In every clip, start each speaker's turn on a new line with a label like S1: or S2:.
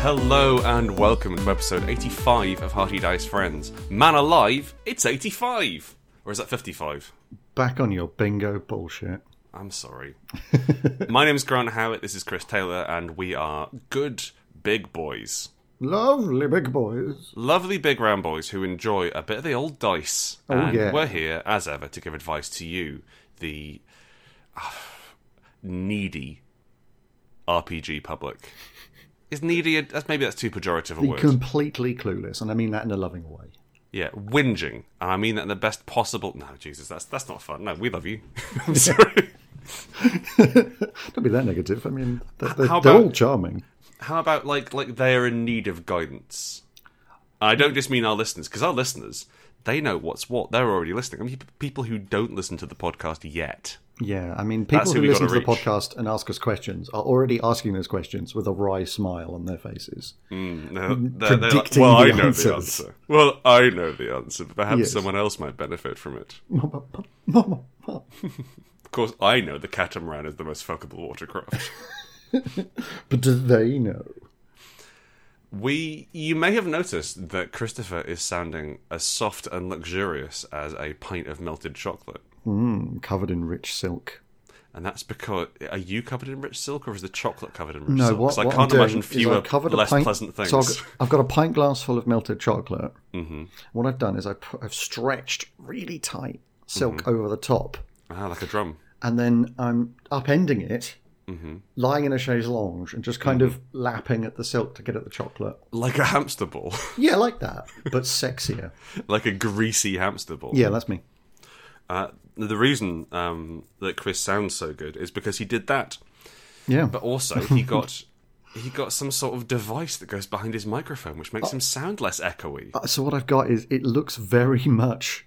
S1: Hello and welcome to episode 85 of Hearty Dice Friends. Man alive, it's 85! Or is that 55?
S2: Back on your bingo bullshit.
S1: I'm sorry. My name's Grant Howitt, this is Chris Taylor, and we are good big boys.
S2: Lovely big boys.
S1: Lovely big round boys who enjoy a bit of the old dice.
S2: Oh,
S1: and
S2: yeah.
S1: we're here, as ever, to give advice to you, the ah, needy RPG public. Is needy, a, that's, maybe that's too pejorative a word.
S2: Completely clueless, and I mean that in a loving way.
S1: Yeah, whinging, and I mean that in the best possible. No, Jesus, that's that's not fun. No, we love you. I'm sorry.
S2: Don't be that negative. I mean, they're, they're,
S1: How
S2: they're
S1: about-
S2: all charming.
S1: How about like like they're in need of guidance? I don't just mean our listeners, because our listeners they know what's what. They're already listening. I mean, pe- people who don't listen to the podcast yet.
S2: Yeah, I mean, people
S1: who
S2: who
S1: we gotta
S2: listen to the
S1: reach.
S2: podcast and ask us questions are already asking those questions with a wry smile on their faces.
S1: No, they're, they're like,
S2: Predicting
S1: well, I
S2: the
S1: know the
S2: answers.
S1: answer. Well, I know the answer, but perhaps
S2: Yes.
S1: someone else might benefit from it.
S2: Mama, papa, mama, papa.
S1: Of course, I know the catamaran is the most fuckable watercraft.
S2: But do they know?
S1: We, you may have noticed that Christopher is sounding as soft and luxurious as a pint of melted chocolate,
S2: Mm, covered in rich silk.
S1: and that's because are you covered in rich silk or is the chocolate covered in rich
S2: No,
S1: silk?
S2: what,
S1: 'Cause
S2: what
S1: I can't
S2: I'm
S1: imagine
S2: doing
S1: fewer
S2: is I've covered a
S1: less
S2: pint,
S1: pleasant things. Mm-hmm.
S2: So I've, I've got a pint glass full of melted chocolate. What I've done is I've, put, I've stretched really tight silk
S1: Mm-hmm.
S2: over the top,
S1: ah, like a drum.
S2: and then I'm upending it,
S1: Mm-hmm.
S2: lying in a chaise longue, and just kind of lapping at the silk to get at the chocolate.
S1: Like a hamster ball,
S2: Yeah, I like that, but sexier.
S1: like a greasy hamster ball.
S2: Yeah, that's me.
S1: Uh, the reason um, that Chris sounds so good is because he did that,
S2: Yeah,
S1: but also he got he got some sort of device that goes behind his microphone, which makes him sound less echoey.
S2: Uh, so what I've got is it looks very much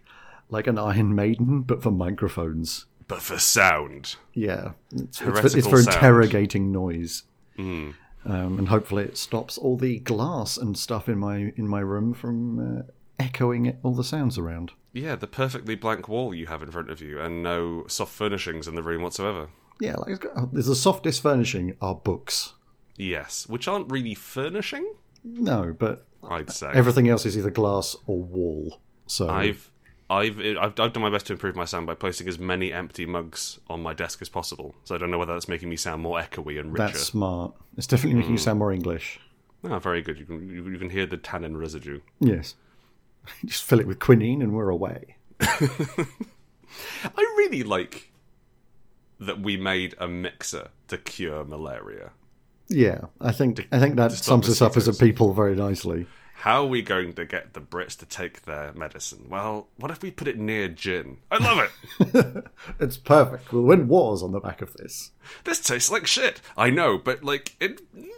S2: like an Iron Maiden, but for microphones.
S1: But for sound,
S2: Yeah, it's, it's for, it's
S1: Heretical
S2: for
S1: sound. Hmm.
S2: interrogating noise, um, and hopefully it stops all the glass and stuff in my in my room from uh, echoing all the sounds around.
S1: Yeah, the perfectly blank wall you have in front of you, and no soft furnishings in the room whatsoever.
S2: Yeah, like it's got, oh, there's the softest furnishing are books.
S1: Yes, which aren't really furnishing,
S2: No, but
S1: I'd say.
S2: everything else is either glass or wall. So
S1: I've, I've, I've, I've done my best to improve my sound by placing as many empty mugs on my desk as possible. So I don't know whether that's making me sound more echoey and richer.
S2: that's smart. It's definitely making you
S1: Hmm.
S2: sound more English.
S1: Ah, very good. You can, you, you can hear the tannin residue.
S2: Yes, just fill it with quinine and we're away.
S1: I really like that we made a mixer to cure malaria.
S2: Yeah, I think I think that
S1: stop
S2: sums us up as a people very nicely.
S1: How are we going to get the Brits to take their medicine? Well, what if we put it near gin? I love it!
S2: It's perfect. We'll win wars on the back of this.
S1: this tastes like shit. I know, but like in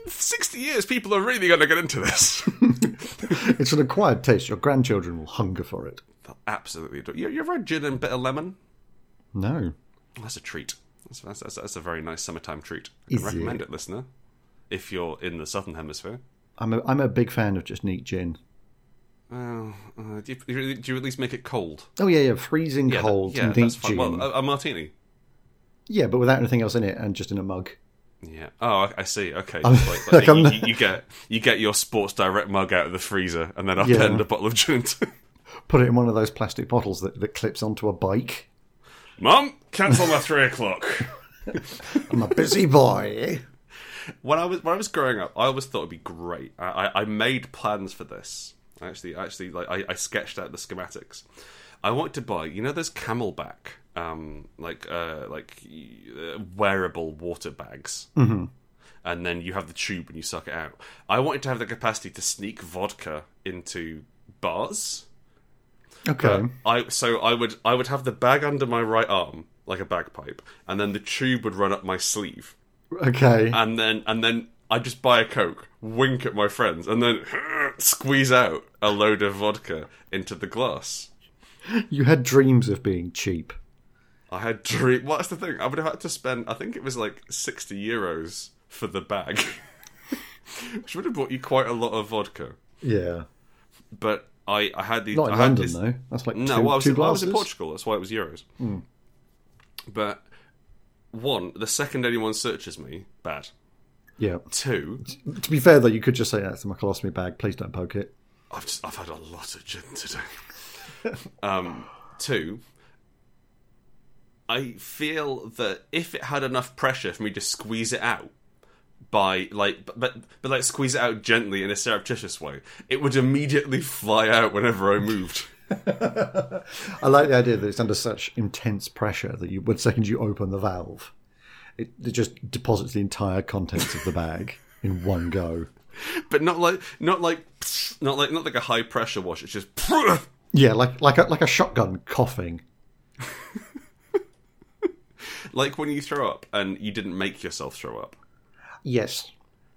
S1: 60 years, people are really going to get into this.
S2: It's an acquired taste. Your grandchildren will hunger for it.
S1: They'll Absolutely. Do. You, you ever had gin and bitter lemon?
S2: No.
S1: That's a treat. That's, that's, that's, that's a very nice summertime treat. I
S2: Is
S1: can recommend
S2: it?
S1: it? listener, if you're in the southern hemisphere.
S2: I'm a, I'm a big fan of just neat gin.
S1: Oh, uh, do, you, do you at least make it cold?
S2: Oh, yeah, yeah. Freezing
S1: Yeah, that-
S2: cold
S1: yeah,
S2: neat
S1: that's fine.
S2: gin.
S1: Well, uh, a, a martini.
S2: yeah, but without anything else in it and just in a mug.
S1: Yeah. Oh, I, I see. Okay.
S2: I'm-
S1: Like,
S2: like,
S1: you,
S2: I'm-
S1: you- you get you get your Sports Direct mug out of the freezer, and then upend
S2: Yeah.
S1: a bottle of gin. to-
S2: Put it in one of those plastic bottles that, that clips onto a bike.
S1: Mum, cancel my three o'clock.
S2: I'm a busy boy.
S1: when I was when I was growing up, I always thought it'd be great. I, I, I made plans for this. I Actually, I actually, like I, I sketched out the schematics. I wanted to buy, you know, those Camelback, um, like uh, like uh, wearable water bags, mm-hmm. and then you have the tube and you suck it out. I wanted to have the capacity to sneak vodka into bars.
S2: Okay.
S1: I so I would I would have the bag under my right arm like a bagpipe, and then the tube would run up my sleeve
S2: okay.
S1: and then and then I just buy a coke, wink at my friends, and then squeeze out a load of vodka into the glass.
S2: you had dreams of being cheap.
S1: I had dream. Well, that's the thing. I would have had to spend. I think it was like sixty euros for the bag, which would have bought you quite a lot of vodka.
S2: Yeah.
S1: But I, I had these.
S2: Not in
S1: I had
S2: London,
S1: this-
S2: though. That's like
S1: No,
S2: two,
S1: well, I was,
S2: two
S1: well, I was
S2: glasses. Hmm.
S1: in Portugal. That's why it was euros. But one, the second anyone searches me, bad.
S2: Yeah.
S1: Two,
S2: To be fair, though, you could just say that's my colostomy bag. Please don't poke it.
S1: I've just, I've had a lot of gin today. um, two, I feel that if it had enough pressure for me to squeeze it out by like but but, but like squeeze it out gently in a surreptitious way, it would immediately fly out whenever I moved.
S2: I like the idea that it's under such intense pressure that you, the second you open the valve, it, it just deposits the entire contents of the bag in one go.
S1: but not like not like not like not like a high pressure wash. It's just
S2: Yeah, like like a, like a shotgun coughing.
S1: like when you throw up and you didn't make yourself throw up.
S2: Yes.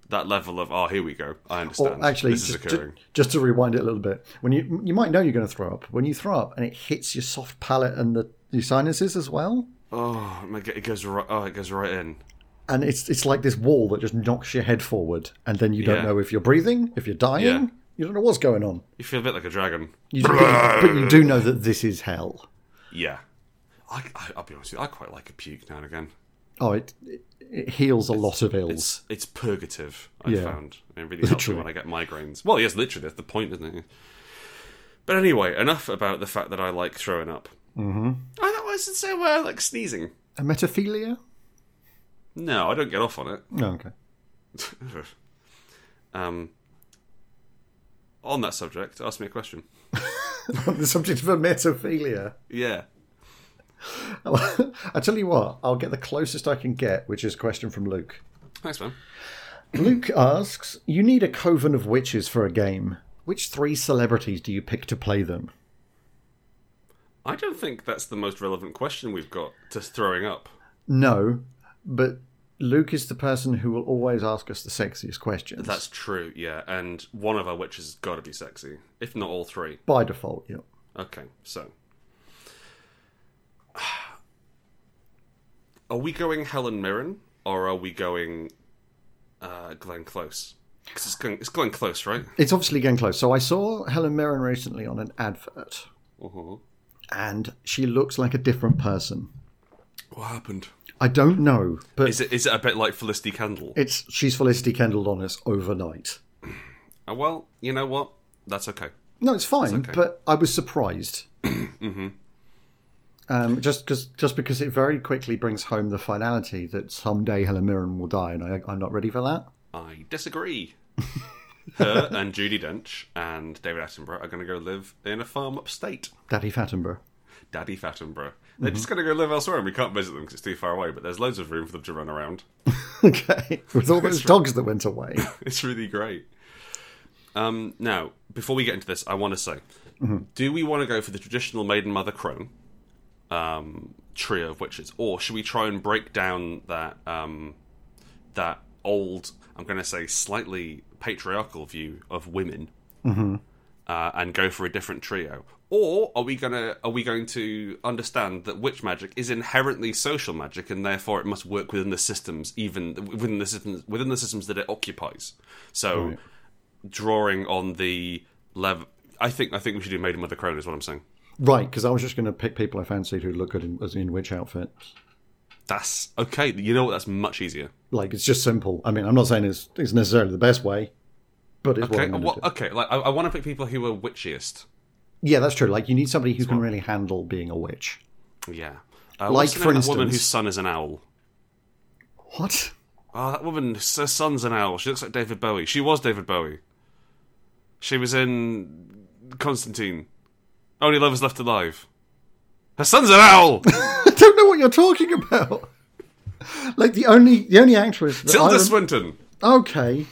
S1: That level of oh, here we go. I understand.
S2: Or actually,
S1: this is
S2: just, ju-
S1: occurring.
S2: just to rewind it a little bit, when you you might know you're going to throw up. When you throw up and it hits your soft palate and the your sinuses as well,
S1: Oh, my g- it goes right. Oh, it goes right in.
S2: and it's it's like this wall that just knocks your head forward, and then you don't
S1: Yeah.
S2: know if you're breathing, if you're dying,
S1: Yeah.
S2: you don't know what's going on.
S1: You feel a bit like a dragon.
S2: You just- but, but you do know that this is hell.
S1: Yeah. I, I, I'll be honest with you. I quite like a puke now and again.
S2: Oh, it it, it heals a lot of ills.
S1: It's purgative. I
S2: Yeah.
S1: found it really helps me
S2: Literally.
S1: when I get migraines. Well, yes, literally. That's the point, isn't it? But anyway, enough about the fact that I like throwing up. Mm-hmm. I don't want to say where I like sneezing.
S2: A metaphilia?
S1: No, I don't get off on it.
S2: No, okay.
S1: um, on that subject, ask me a question.
S2: the subject of a metaphilia.
S1: Yeah.
S2: I tell you what, I'll get the closest I can get, which is a question from Luke.
S1: Thanks, man.
S2: Luke asks, "You need a coven of witches for a game. Which three celebrities do you pick to play them?"
S1: I don't think that's the most relevant question we've got to throwing up.
S2: No, but Luke is the person who will always ask us the sexiest questions
S1: That's true, yeah. And one of our witches has got to be sexy, if not all three.
S2: by default. Yeah.
S1: Okay, so. Are we going Helen Mirren or are we going uh, Glenn Close? 'Cause it's Glenn, it's Glenn Close, right?
S2: It's obviously getting close. So I saw Helen Mirren recently on an advert,
S1: Uh-huh.
S2: and she looks like a different person.
S1: What happened?
S2: I don't know, but
S1: Is it is it a bit like Felicity Candle?
S2: it's she's Felicity Kendall on us overnight.
S1: Uh, well, you know what? That's okay. Mm-hmm.
S2: No, it's fine, but I was surprised. um, just, just, just because it very quickly brings home the finality that someday Helen Mirren will die, and I, I'm not ready for that.
S1: I disagree. Her and Judy Dench and David Attenborough are going to go live in a farm upstate.
S2: Daddy Fattenborough.
S1: Daddy Fattenborough. They're just going to go live elsewhere and we can't visit them because it's too far away, but there's loads of room for them to run around.
S2: okay, with all those dogs that went away.
S1: It's really great. Um, now, before we get into this, I want to say do we want to go for the traditional maiden mother crone um, trio of witches, or should we try and break down that um, that old, I'm going to say slightly patriarchal view of women uh, and go for a different trio? Or are we gonna are we going to understand that witch magic is inherently social magic and therefore it must work within the systems even within the systems within the systems that it occupies? So drawing on the level, I think I think we should do Maiden Mother Crone is what I'm saying.
S2: Right, because I was just going to pick people I fancied who look good in, as in which outfit.
S1: That's okay. You know what? That's much easier.
S2: Like it's just simple. I mean, I'm not saying it's, it's necessarily the best way, but it's what
S1: Okay,
S2: I'm gonna
S1: well,
S2: do.
S1: okay. Like I, I want to pick people who are witchiest.
S2: Yeah, that's true. Like you need somebody who can really handle being a witch.
S1: Yeah. Uh,
S2: Like,
S1: what's the
S2: for
S1: name of that woman
S2: instance-
S1: whose son is an owl.
S2: What?
S1: Oh, that woman, her son's an owl. She looks like David Bowie. She was David Bowie. She was in Constantine. Only Lovers Left Alive. Her son's an owl!
S2: I don't know what you're talking about. Like the only the only actress. That I
S1: Tilda
S2: rem-
S1: Swinton!
S2: okay,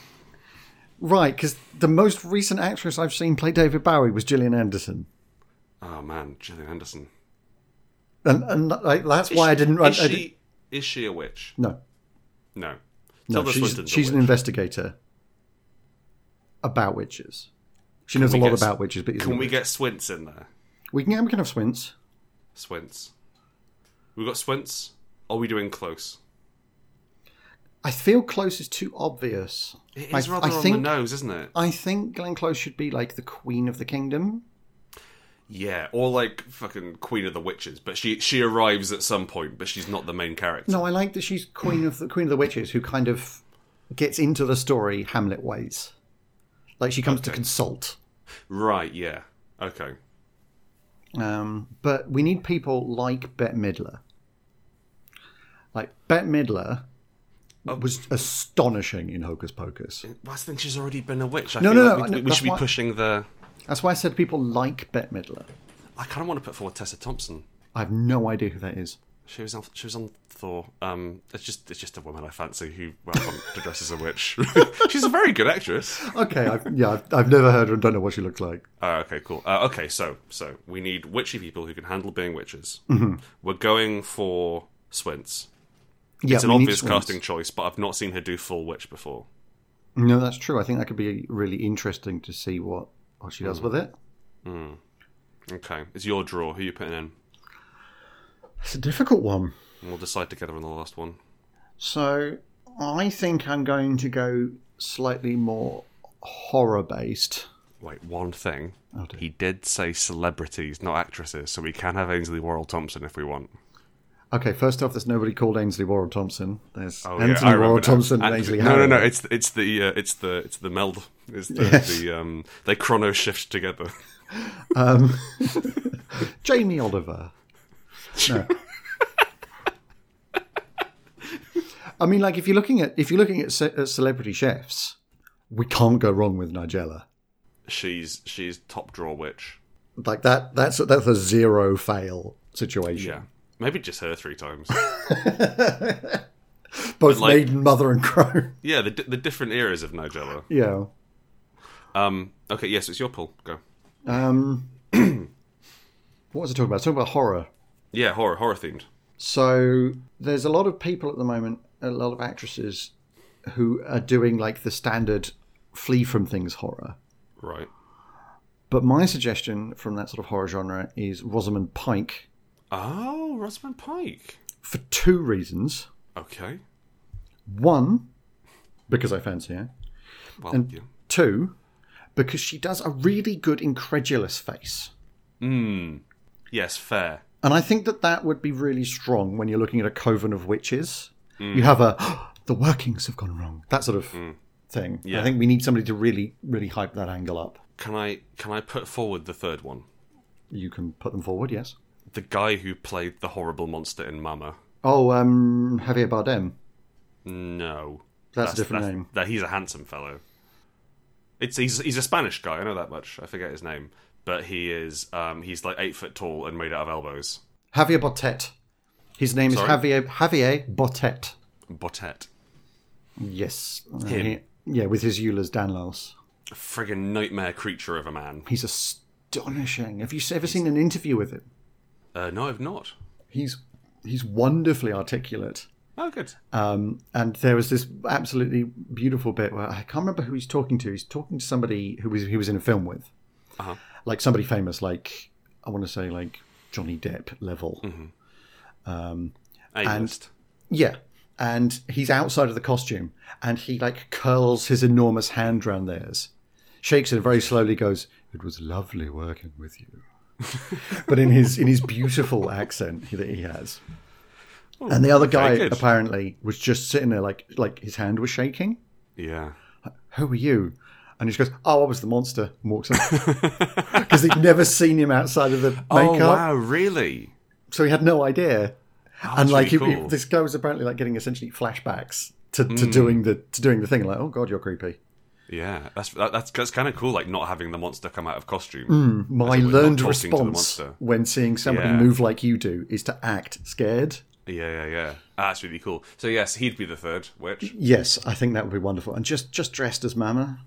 S2: right? Because the most recent actress I've seen play David Bowie was Gillian Anderson,
S1: Oh man, Gillian Anderson.
S2: and and like, that's why I didn't. I,
S1: Is
S2: I didn't-
S1: she, is she a witch?
S2: no,
S1: No.
S2: no,
S1: Tilda
S2: she's
S1: Swinton's
S2: she's
S1: a
S2: an
S1: witch.
S2: investigator about witches. She knows a
S1: we
S2: lot
S1: get-
S2: about witches, but
S1: Can we get Swints in there?
S2: we can we can have Swints.
S1: Swints. We've got Swints. Are we doing close?
S2: I feel close is too obvious.
S1: It
S2: I-
S1: is rather
S2: I
S1: on
S2: think-
S1: the nose, isn't it?
S2: I think Glenn Close should be like the queen of the kingdom.
S1: Yeah, or like fucking Queen of the Witches, but she she arrives at some point, but she's not the main character.
S2: No, I like that she's queen of the queen of the witches, who kind of gets into the story Hamlet ways. Like she comes to consult.
S1: Right. Yeah. Okay.
S2: Um, but we need people like Bette Midler. Like Bette Midler
S1: Oh.
S2: was astonishing in Hocus Pocus.
S1: Well, I think she's already been a witch. I
S2: No,
S1: feel
S2: no,
S1: like
S2: no,
S1: we-
S2: no,
S1: We, we
S2: that's
S1: should be
S2: why-
S1: pushing the.
S2: That's why I said people like Bette Midler.
S1: I kind of want to put forward Tessa Thompson.
S2: I have no idea who that is.
S1: She was on. She was on Thor. Um, it's just it's just a woman I fancy who well to dress as a witch. she's a very good actress.
S2: Okay, I've, yeah, I've, I've never heard her and don't know what she looks like.
S1: Uh, okay, cool. Uh, okay, so so we need witchy people who can handle being witches.
S2: Mm-hmm.
S1: We're going for Swints.
S2: Yeah,
S1: It's an
S2: we need
S1: obvious
S2: someone-
S1: casting choice, but I've not seen her do full witch before.
S2: No, that's true. I think that could be really interesting to see what, what she does
S1: Hmm.
S2: with it.
S1: Okay, it's your draw. Who you putting in?
S2: It's a difficult one.
S1: And we'll decide together on the last one.
S2: So I think I'm going to go slightly more horror based.
S1: Wait, one thing.
S2: Oh, dear.
S1: he did say celebrities, not actresses, so we can have Ainsley Worrell Thompson if we want.
S2: Okay, first off, there's nobody called Ainsley Warren Thompson. There's
S1: Oh, yeah,
S2: Anthony
S1: I remember
S2: Warren
S1: now.
S2: Thompson and
S1: Anthony-
S2: Ainsley
S1: No, no,
S2: Harrow.
S1: no. It's it's the uh, it's the it's the meld. It's the, the um they chrono shift together.
S2: Um, Jamie Oliver. No. I mean, like if you're looking at if you're looking at, ce- at celebrity chefs, we can't go wrong with Nigella.
S1: she's she's top draw witch.
S2: Like that that's that's a zero fail situation.
S1: Yeah, maybe just her three times.
S2: Both
S1: like-
S2: maiden, mother, and crow.
S1: yeah, the di- the different eras of Nigella.
S2: yeah.
S1: Um. Okay. Yes, it's your pull. Go.
S2: Um, what was I talking about? I was talking about horror.
S1: Yeah, horror horror themed.
S2: So there's a lot of people at the moment, a lot of actresses who are doing like the standard flee from things horror.
S1: Right.
S2: But my suggestion from that sort of horror genre is Rosamund Pike
S1: Oh, Rosamund Pike.
S2: for two reasons.
S1: Okay.
S2: One, because I fancy her.
S1: Well, yeah.
S2: Two, because she does a really good incredulous face. Hmm.
S1: yes, fair.
S2: And I think that that would be really strong when you're looking at a coven of witches. You have a the workings have gone wrong. That sort of thing. I think we need somebody to really, really hype that angle up.
S1: Can I can I put forward the third one?
S2: You can put them forward, yes.
S1: The guy who played the horrible monster in Mama.
S2: Oh, um, Javier Bardem.
S1: No,
S2: That's, a different name.
S1: That he's a handsome fellow. It's he's he's a Spanish guy. I know that much. I forget his name, but he is um he's like eight foot tall and made out of elbows.
S2: Javier Botet. His name
S1: Sorry?
S2: is Javier Javier Botet.
S1: Botet.
S2: Yes. Uh,
S1: Him.
S2: he- yeah, with his Eulers Danlos.
S1: A friggin' nightmare creature of a man.
S2: He's astonishing. Have you s- ever seen an interview with him?
S1: Uh, no, I've not.
S2: He's he's wonderfully articulate.
S1: Oh, good.
S2: Um, and there was this absolutely beautiful bit where I can't remember who he's talking to. He's talking to somebody who was he was in a film with,
S1: Uh-huh.
S2: like somebody famous, like I want to say like Johnny Depp level.
S1: Mm-hmm. A-list.
S2: Yeah, and he's outside of the costume, and he like curls his enormous hand round theirs, shakes it, and very slowly goes, "It was lovely working with you," but in his in his beautiful accent that he has. And the other guy
S1: Oh, good.
S2: apparently was just sitting there, like like his hand was shaking.
S1: yeah.
S2: who are you? And he just goes, oh, I was the monster, and walks off. Because he'd never seen him outside of the makeup,
S1: Oh wow, really?
S2: so he had no idea. and like
S1: really
S2: he- he-
S1: cool. Mm.
S2: this guy was apparently like getting essentially flashbacks to, to doing the to doing the thing. Like, oh god, you're creepy.
S1: Yeah, that's that, that's that's kind of cool. Like not having the monster come out of costume.
S2: My
S1: we're not talking
S2: learned
S1: to the
S2: response
S1: monster.
S2: when seeing somebody
S1: Yeah.
S2: move like you do is to act scared.
S1: Yeah, yeah, yeah. Ah, that's really cool. So yes, he'd be the third witch.
S2: Yes, I think that would be wonderful. And just just dressed as Mama.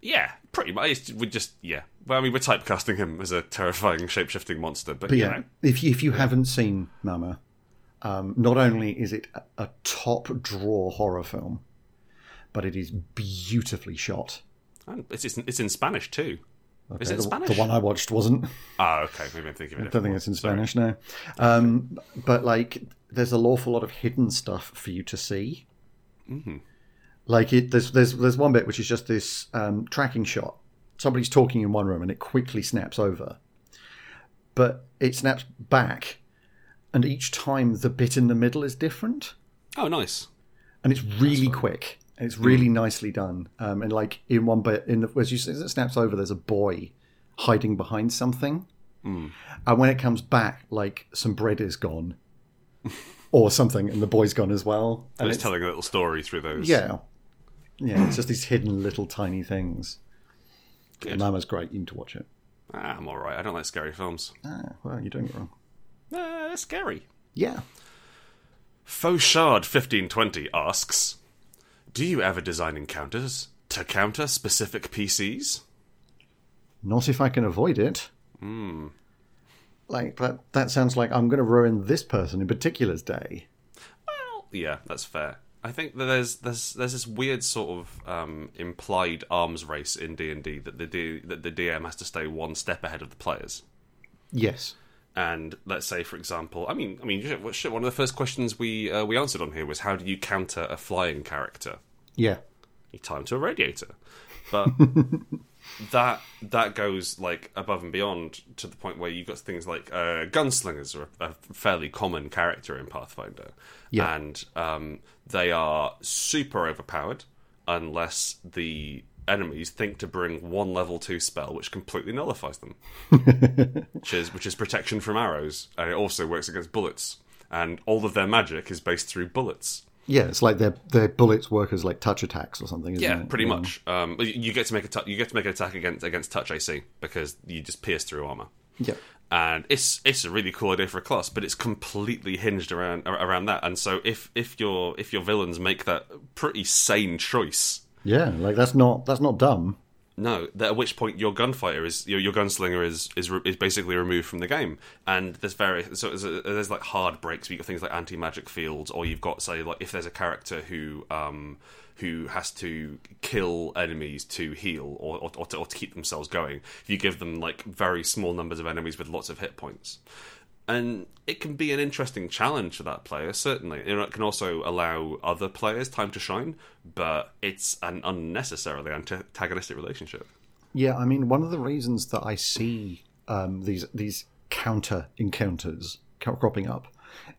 S1: Yeah, pretty much. It's- We just yeah. Well, I mean, we're typecasting him as a terrifying shape-shifting monster, but,
S2: But
S1: you
S2: yeah,
S1: know,
S2: if you, if you haven't seen Mama, um, not only is it a, a top draw horror film, but it is beautifully shot.
S1: and it's it's, it's in Spanish too. Is it in
S2: the,
S1: Spanish?
S2: the one I watched wasn't.
S1: Ah, okay. Maybe I'm thinking of it.
S2: I don't think it's in Spanish now. Um, but like, there's an awful lot of hidden stuff for you to see. Like it, there's there's there's one bit which is just this um, tracking shot. Somebody's talking in one room, and it quickly snaps over. But it snaps back, and each time the bit in the middle is different,
S1: Oh, nice.
S2: and it's really quick. It's really nicely done. Um, and like in one bit, in the, as, you, as it snaps over, there's a boy hiding behind something, and when it comes back, like some bread is gone, or something, and the boy's gone as well. And
S1: it's, telling a little story through those.
S2: yeah, yeah. It's just these hidden little tiny things. And Mama's great. You need to watch it.
S1: Ah, I'm all right. I don't like scary films.
S2: Ah, well, you're doing it wrong.
S1: Ah, they're scary.
S2: Yeah.
S1: Fauchard fifteen twenty asks, "Do you ever design encounters to counter specific PCs?"
S2: Not if I can avoid it. Hmm. Like that. That sounds like I'm going to ruin this person in particular's day.
S1: Well, yeah, that's fair. I think that there's there's there's this weird sort of um, implied arms race in D and D that the D, that the DM has to stay one step ahead of the players.
S2: Yes.
S1: And let's say, for example, I mean, I mean, shit, what- shit, one of the first questions we uh, we answered on here was how do you counter a flying character?
S2: Yeah.
S1: You tie him to a radiator, but that that goes like above and beyond to the point where you've got things like uh, gunslingers are a, a fairly common character in Pathfinder,
S2: Yeah.
S1: and um, they are super overpowered unless the enemies think to bring one level two spell, which completely nullifies them, which is which is protection from arrows, and it also works against bullets, and all of their magic is based through bullets.
S2: Yeah, it's like their their bullets work as like touch attacks or something. Isn't
S1: Yeah,
S2: it?
S1: pretty much. Um, you- you get to make a tu- you get to make an attack against against touch AC because you just pierce through armor,
S2: Yeah,
S1: and it's it's a really cool idea for a class, but it's completely hinged around ar- around that. And so if if your if your villains make that pretty sane choice,
S2: yeah. Like that's not that's not dumb.
S1: no, that at which point your gunfighter is your, your gunslinger is is re- is basically removed from the game, and there's various so there's, there's like hard breaks. You've got things like anti magic fields, or you've got say like if there's a character who um who has to kill enemies to heal or or, or, to, or to keep themselves going, you give them like very small numbers of enemies with lots of hit points and it can be an interesting challenge for that player certainly You know, it can also allow other players time to shine but it's an unnecessarily antagonistic relationship
S2: Yeah, I mean, one of the reasons that I see um, these these counter encounters co- cropping up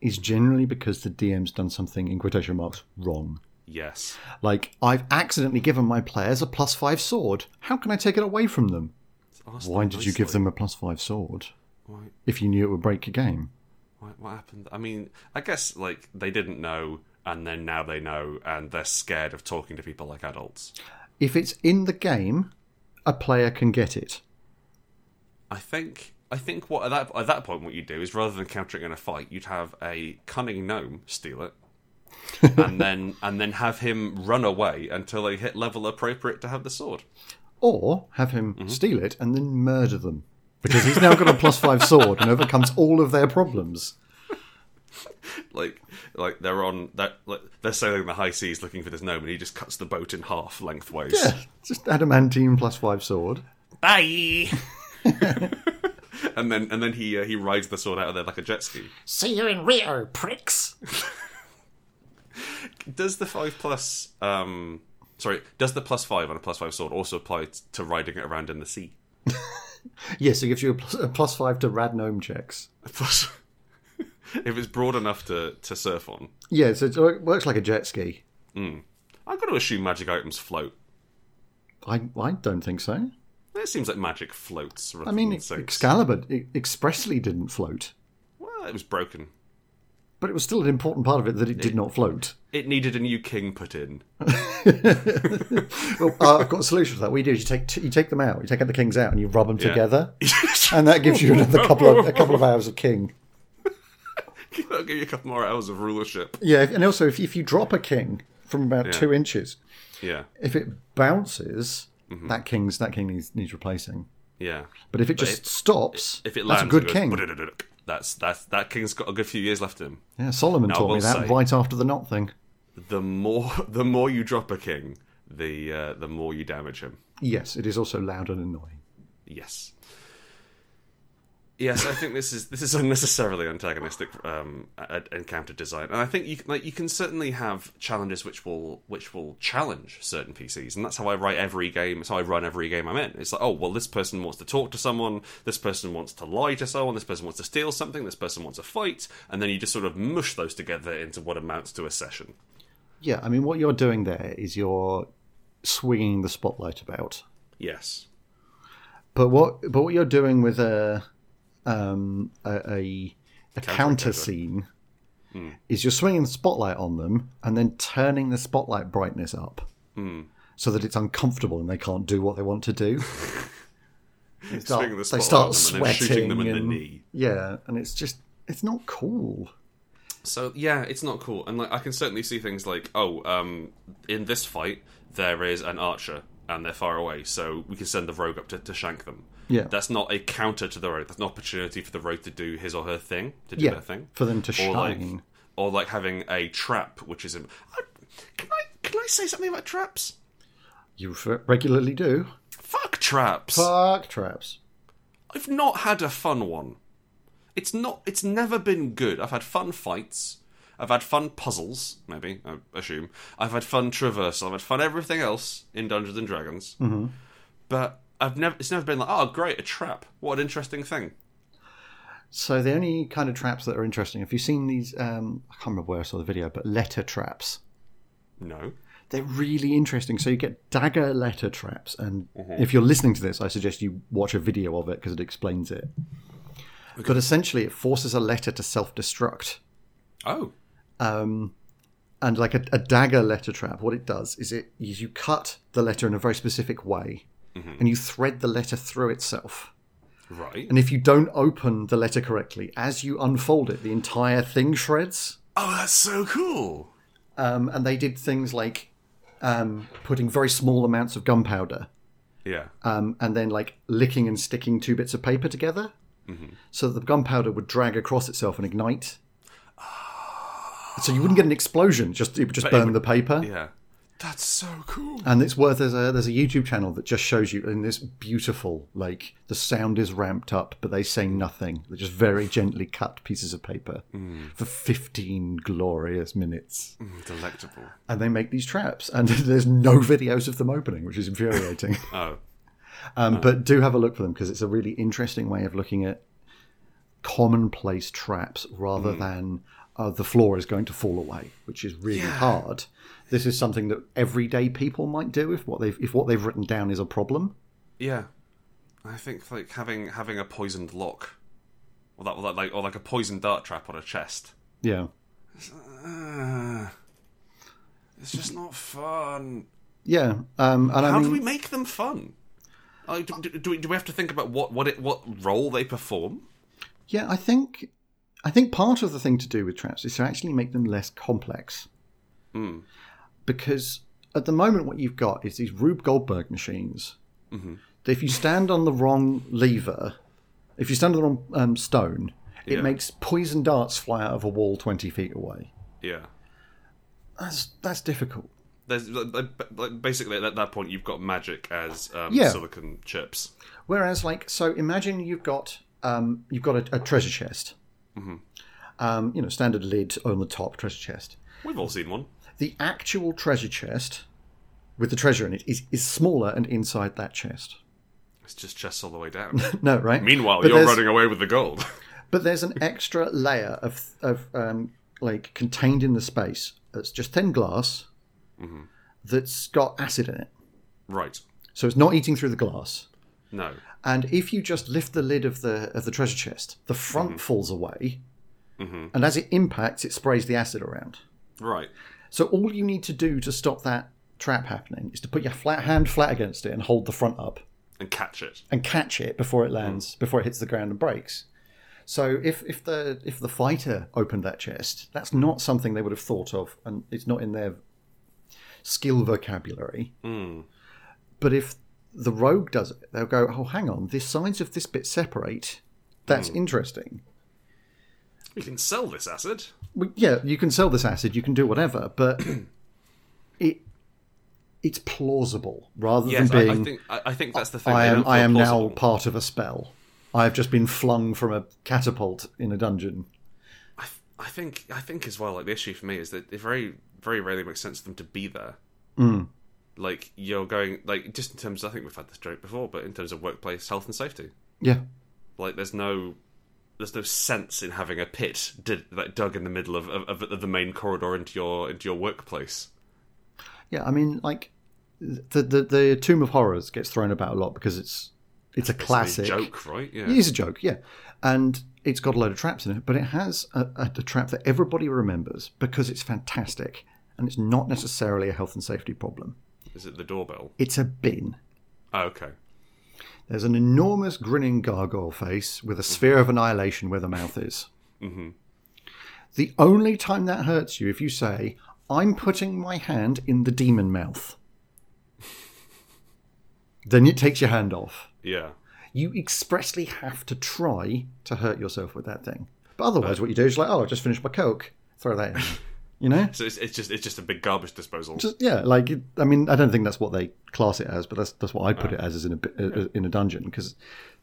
S2: is generally because the DM's done something in quotation marks wrong.
S1: yes
S2: Like I've accidentally given my players a plus five sword. How can I take it away from them?
S1: It's asked
S2: Why did you give
S1: nicely.
S2: them a plus five sword
S1: why,
S2: if you knew it would break your game?
S1: why, what happened i mean i guess like they didn't know and then now they know and they're scared of talking to people like adults
S2: If it's in the game, a player can get it.
S1: I think I think what at that at that point what you do is rather than countering in a fight, you'd have a cunning gnome steal it, and then and then have him run away until they hit level appropriate to have the sword.
S2: Or have him steal it and then murder them. Mm-hmm. Because he's now got a plus five sword and overcomes all of their problems.
S1: Like like they're on that like they're sailing the high seas looking for this gnome, and he just cuts the boat in half lengthways.
S2: Yeah, just adamantine plus five sword.
S1: Bye. and then and then he uh, he rides the sword out of there like a jet ski.
S3: See you in Rio, pricks.
S1: Does the five plus um sorry does the plus five on a plus five sword also apply t- to riding it around in the sea?
S2: Yes, it gives you a plus, a plus five to rad gnome checks.
S1: Plus, if it's broad enough to, to surf on,
S2: Yeah, so it works like a jet ski.
S1: I've got to assume magic items float.
S2: I, I don't think so.
S1: It seems like magic floats. Rather
S2: I mean,
S1: than
S2: Ex-
S1: sinks.
S2: Excalibur e- expressly didn't float,
S1: well, it was broken.
S2: but it was still an important part of it that it did not float.
S1: It needed a new king put in.
S2: Well, uh, I've got a solution for that. What you do is you take t- you take them out, you take out the kings out, and you rub them together, and that gives you another couple of a couple of hours of king.
S1: That'll give you a couple more hours of rulership.
S2: Yeah, and also if if you drop a king from about two inches,
S1: Yeah,
S2: if it bounces,
S1: Mm-hmm.
S2: that king's that king needs needs replacing.
S1: yeah.
S2: But if it just stops,
S1: If it
S2: that's
S1: lands,
S2: a good
S1: it goes,
S2: king.
S1: "Ba-da-da-da-da." That's that's that king's got a good few years left in him.
S2: Yeah, Solomon
S1: I
S2: taught
S1: will
S2: me that
S1: say-
S2: right after the knot thing.
S1: The more the more you drop a king, the uh, the more you damage him.
S2: Yes, it is also loud and annoying.
S1: Yes. Yes, I think this is this is unnecessarily antagonistic um, a- a- encounter design, and I think you can, like you can certainly have challenges which will which will challenge certain PCs, and that's how I write every game. That's how I run every game I'm in. It's like, oh well, this person wants to talk to someone, this person wants to lie to someone, this person wants to steal something, this person wants a fight, and then you just sort of mush those together into what amounts to a session.
S2: Yeah, I mean, what you're doing there is you're swinging the spotlight about.
S1: Yes.
S2: But what but what you're doing with a um, a, a, a counter scene
S1: Hmm.
S2: is you're swinging the spotlight on them and then turning the spotlight brightness up
S1: Hmm.
S2: so that it's uncomfortable and they can't do what they want to do. They start-
S1: Swinging the
S2: they
S1: spotlight
S2: start
S1: on them
S2: sweating
S1: and then shooting them in the
S2: and-
S1: knee.
S2: Yeah, and it's just it's not cool.
S1: So yeah, it's not cool, and like I can certainly see things like, oh, um, in this fight there is an archer and they're far away, so we can send the rogue up to, to shank them.
S2: Yeah.
S1: that's not a counter to the rogue. That's an opportunity for the rogue to do his or her thing, to do
S2: Yeah,
S1: their thing,
S2: for them to
S1: or like,
S2: shine.
S1: or like having a trap, which is. in- I, can I can I say something about traps?
S2: You f- regularly do.
S1: Fuck traps.
S2: Fuck traps.
S1: I've not had a fun one. It's not. It's never been good. I've had fun fights. I've had fun puzzles, maybe I assume. I've had fun traversal. I've had fun everything else in Dungeons and Dragons. Mm-hmm. But I've never. It's never been like, oh, great, a trap. What an interesting thing.
S2: So the only kind of traps that are interesting, if you've seen these, um, I can't remember where I saw the video, but letter traps.
S1: No.
S2: They're really interesting. So you get dagger letter traps, and if you're listening to this, I suggest you watch a video of it because it explains it. But essentially, it forces a letter to self-destruct, um,
S1: Oh.
S2: and like a, a dagger letter trap, what it does is it is you cut the letter in a very specific way, and you thread the letter through itself.
S1: Right.
S2: And if you don't open the letter correctly, as you unfold it, the entire thing shreds.
S1: Oh, that's so cool.
S2: um, and they did things like um, putting very small amounts of gunpowder
S1: Yeah.
S2: um, and then like licking and sticking two bits of paper together so that the gunpowder would drag across itself and ignite. So you wouldn't get an explosion; just it would just burn the paper.
S1: yeah. That's so cool.
S2: And it's worth there's a there's a YouTube channel that just shows you in this beautiful like the sound is ramped up, but they say nothing. They just very gently cut pieces of paper for fifteen glorious minutes
S1: Mm, Delectable.
S2: and they make these traps and there's no videos of them opening which is infuriating
S1: Oh.
S2: um, but do have a look for them because it's a really interesting way of looking at commonplace traps rather
S1: Hmm.
S2: than uh, the floor is going to fall away which is really hard this is something that everyday people might do if what they've if what they've written down is a problem
S1: Yeah, I think like having having a poisoned lock, or that, or that like or like a poisoned dart trap on a chest.
S2: yeah
S1: Uh, it's just not fun.
S2: yeah um, and
S1: How
S2: I mean,
S1: do we make them fun? Like, do, do, do we, do we have to think about what what it what role they perform?
S2: yeah i think i think part of the thing to do with traps is to actually make them less complex
S1: Mm.
S2: because at the moment what you've got is these Rube Goldberg machines. That if you stand on the wrong lever, if you stand on the wrong um, stone, it
S1: Yeah.
S2: makes poison darts fly out of a wall twenty feet away.
S1: Yeah,
S2: That's that's difficult.
S1: there's like, like, basically at that point you've got magic as um,
S2: Yeah.
S1: silicon chips.
S2: Whereas, like, so imagine you've got um, you've got a, a treasure chest. Um, you know, standard lid on the top treasure chest.
S1: We've all seen one.
S2: The actual treasure chest with the treasure in it is, is smaller and inside that chest.
S1: It's just chests all the way down.
S2: No, right?
S1: Meanwhile,
S2: But
S1: you're
S2: there's-
S1: running away with the gold.
S2: But there's an extra layer of of um, like contained in the space that's just thin glass
S1: Mm-hmm.
S2: that's got acid in it,
S1: right?
S2: so it's not eating through the glass.
S1: No.
S2: And if you just lift the lid of the of the treasure chest, the
S1: Mm-hmm.
S2: front falls away, and as it impacts, it sprays the acid around.
S1: Right.
S2: So all you need to do to stop that trap happening is to put your flat hand flat against it and hold the front up.
S1: And catch it.
S2: and catch it before
S1: Mm.
S2: it lands, before it hits the ground and breaks. So if, if the if the fighter opened that chest, that's not something they would have thought of, and it's not in their skill vocabulary.
S1: Mm.
S2: But if the rogue does it, they'll go, "Oh, hang on, the sides of this bit separate.
S1: Mm.
S2: That's interesting.
S1: We can sell this acid.
S2: Well, yeah, you can sell this acid, you can do whatever, but it it's plausible rather
S1: Yes,
S2: than being."
S1: I, I think I, I think that's the thing.
S2: I
S1: They
S2: am,
S1: don't
S2: I
S1: feel
S2: am now
S1: plausible.
S2: part of a spell. I have just been flung from a catapult in a dungeon.
S1: I, th- I think I think as well. Like the issue for me is that it very very rarely makes sense for them to be there. Like you're going like just in terms. I think we've had this joke before, but in terms of workplace health and safety,
S2: Yeah.
S1: like there's no there's no sense in having a pit did, like, dug in the middle of, of, of the main corridor into your into your workplace.
S2: Yeah, I mean, like the the, the Tomb of Horrors gets thrown about a lot because it's it's a classic.
S1: It's a joke, right? Yeah.
S2: It is a joke, yeah, and it's got a load of traps in it, but it has a, a, a trap that everybody remembers because it's fantastic, and it's not necessarily a health and safety problem.
S1: Is it the doorbell?
S2: It's a bin.
S1: Oh, okay.
S2: There's an enormous grinning gargoyle face with a sphere of annihilation where the mouth is.
S1: Mm-hmm.
S2: The only time that hurts you if you say, I'm putting my hand in the demon mouth. then it takes your hand off.
S1: Yeah.
S2: You expressly have to try to hurt yourself with that thing. But otherwise, what you do is like, oh, I just finished my Coke. Throw that in. You know?
S1: So it's, it's just it's just a big garbage disposal.
S2: Just, yeah, like, it, I mean, I don't think that's what they class it as, but that's, that's what I put it as, is in a, bi- uh, in a dungeon, because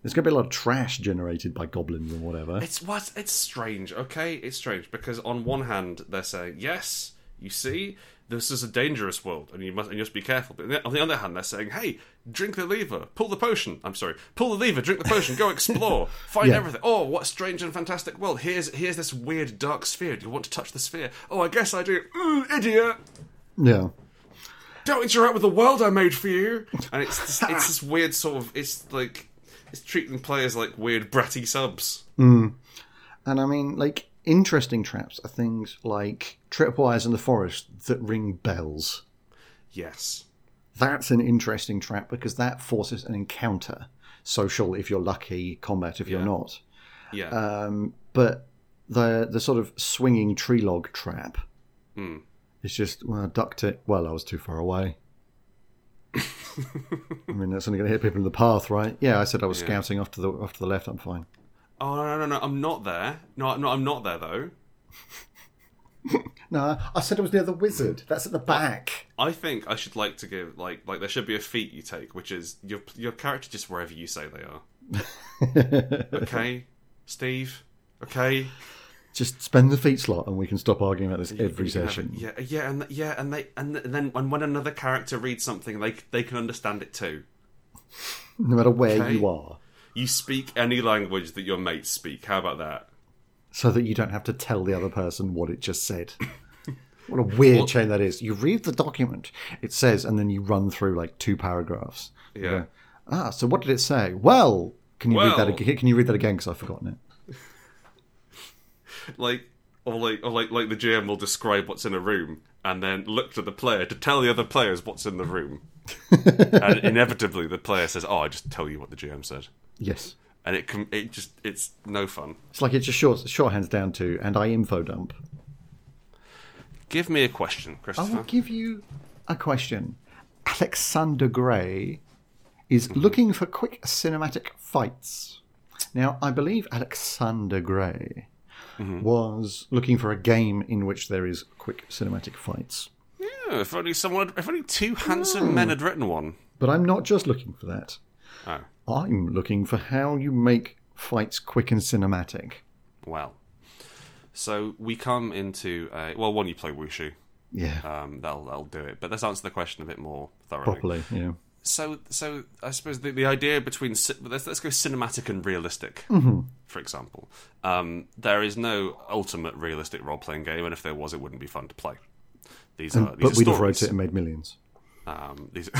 S2: there's going to be a lot of trash generated by goblins or whatever.
S1: It's what it's strange, okay? It's strange because on one hand they're saying, "Yes, you see, this is a dangerous world, and you must and you must be careful." But on the- on the other hand, they're saying, "Hey, drink the lever, pull the potion." I'm sorry, pull the lever, drink the potion, go explore, find
S2: Yeah.
S1: everything. Oh, what a strange and fantastic world! Here's here's this weird dark sphere. Do you want to touch the sphere? Oh, I guess I do. Mm, idiot.
S2: Yeah.
S1: don't interact with the world I made for you. And it's this, it's this weird sort of it's like it's treating players like weird bratty subs.
S2: And I mean, like, interesting traps are things like tripwires in the forest that ring bells.
S1: Yes,
S2: That's an interesting trap because that forces an encounter. Social, if you're lucky, combat, if you're
S1: Yeah.
S2: not.
S1: yeah,
S2: Um, but the the sort of swinging tree log trap.
S1: Hmm.
S2: It's just well, I ducked it. Well, I was too far away. I mean, that's only going to hit people in the path, right? Yeah, I said I was scouting off to the off to the left. I'm fine.
S1: Oh no, no, no! I'm not there. No, no, I'm not there though.
S2: No, I said it was near the wizard. That's at the back.
S1: I think I should like to give like like there should be a feat you take, which is your your character just wherever you say they are. okay, Steve. Okay.
S2: Just spend the feet slot, and we can stop arguing about this every
S1: You can have
S2: session.
S1: it. Yeah, yeah, and yeah, and they and then and when another character reads something, they they can understand it too.
S2: No matter where
S1: Okay.
S2: you are,
S1: You speak any language that your mates speak. How about that?
S2: so that you don't have to tell the other person what it just said. what a weird chain that is. You read the document, it says, and then you run through like two paragraphs. You
S1: Yeah.
S2: go, ah, so what did it say? Well, can you read that
S1: Well.
S2: again? Can you read that again? Because I've forgotten it.
S1: like or like or like like the GM will describe what's in a room and then look to the player to tell the other players what's in the room. and inevitably the player says, "Oh, I just tell you what the GM said."
S2: Yes.
S1: And it can it just it's no fun.
S2: It's like it just short shorthands down to, and I info dump.
S1: Give me a question,
S2: I
S1: Christopher.
S2: will give you a question. Alexander Gray is
S1: Mm-hmm.
S2: looking for quick cinematic fights. Now, I believe Alexander Gray
S1: Mm-hmm.
S2: was looking for a game in which there is quick cinematic fights.
S1: Yeah, if only someone if only two handsome men had written one.
S2: But I'm not just looking for that.
S1: Oh,
S2: I'm looking for how you make fights quick and cinematic.
S1: well. So we come into a, well, one you play wushu.
S2: Yeah,
S1: Um, that'll that'll do it. But let's answer the question a bit more thoroughly.
S2: properly. Yeah.
S1: so so I suppose the, the idea between ci- let's let's go cinematic and realistic,
S2: Mm-hmm.
S1: for example. Um, there is no ultimate realistic role playing game, and if there was, it wouldn't be fun to play. These are these
S2: Mm, But
S1: are
S2: we'd have
S1: stories.
S2: wrote it and made millions.
S1: Um, these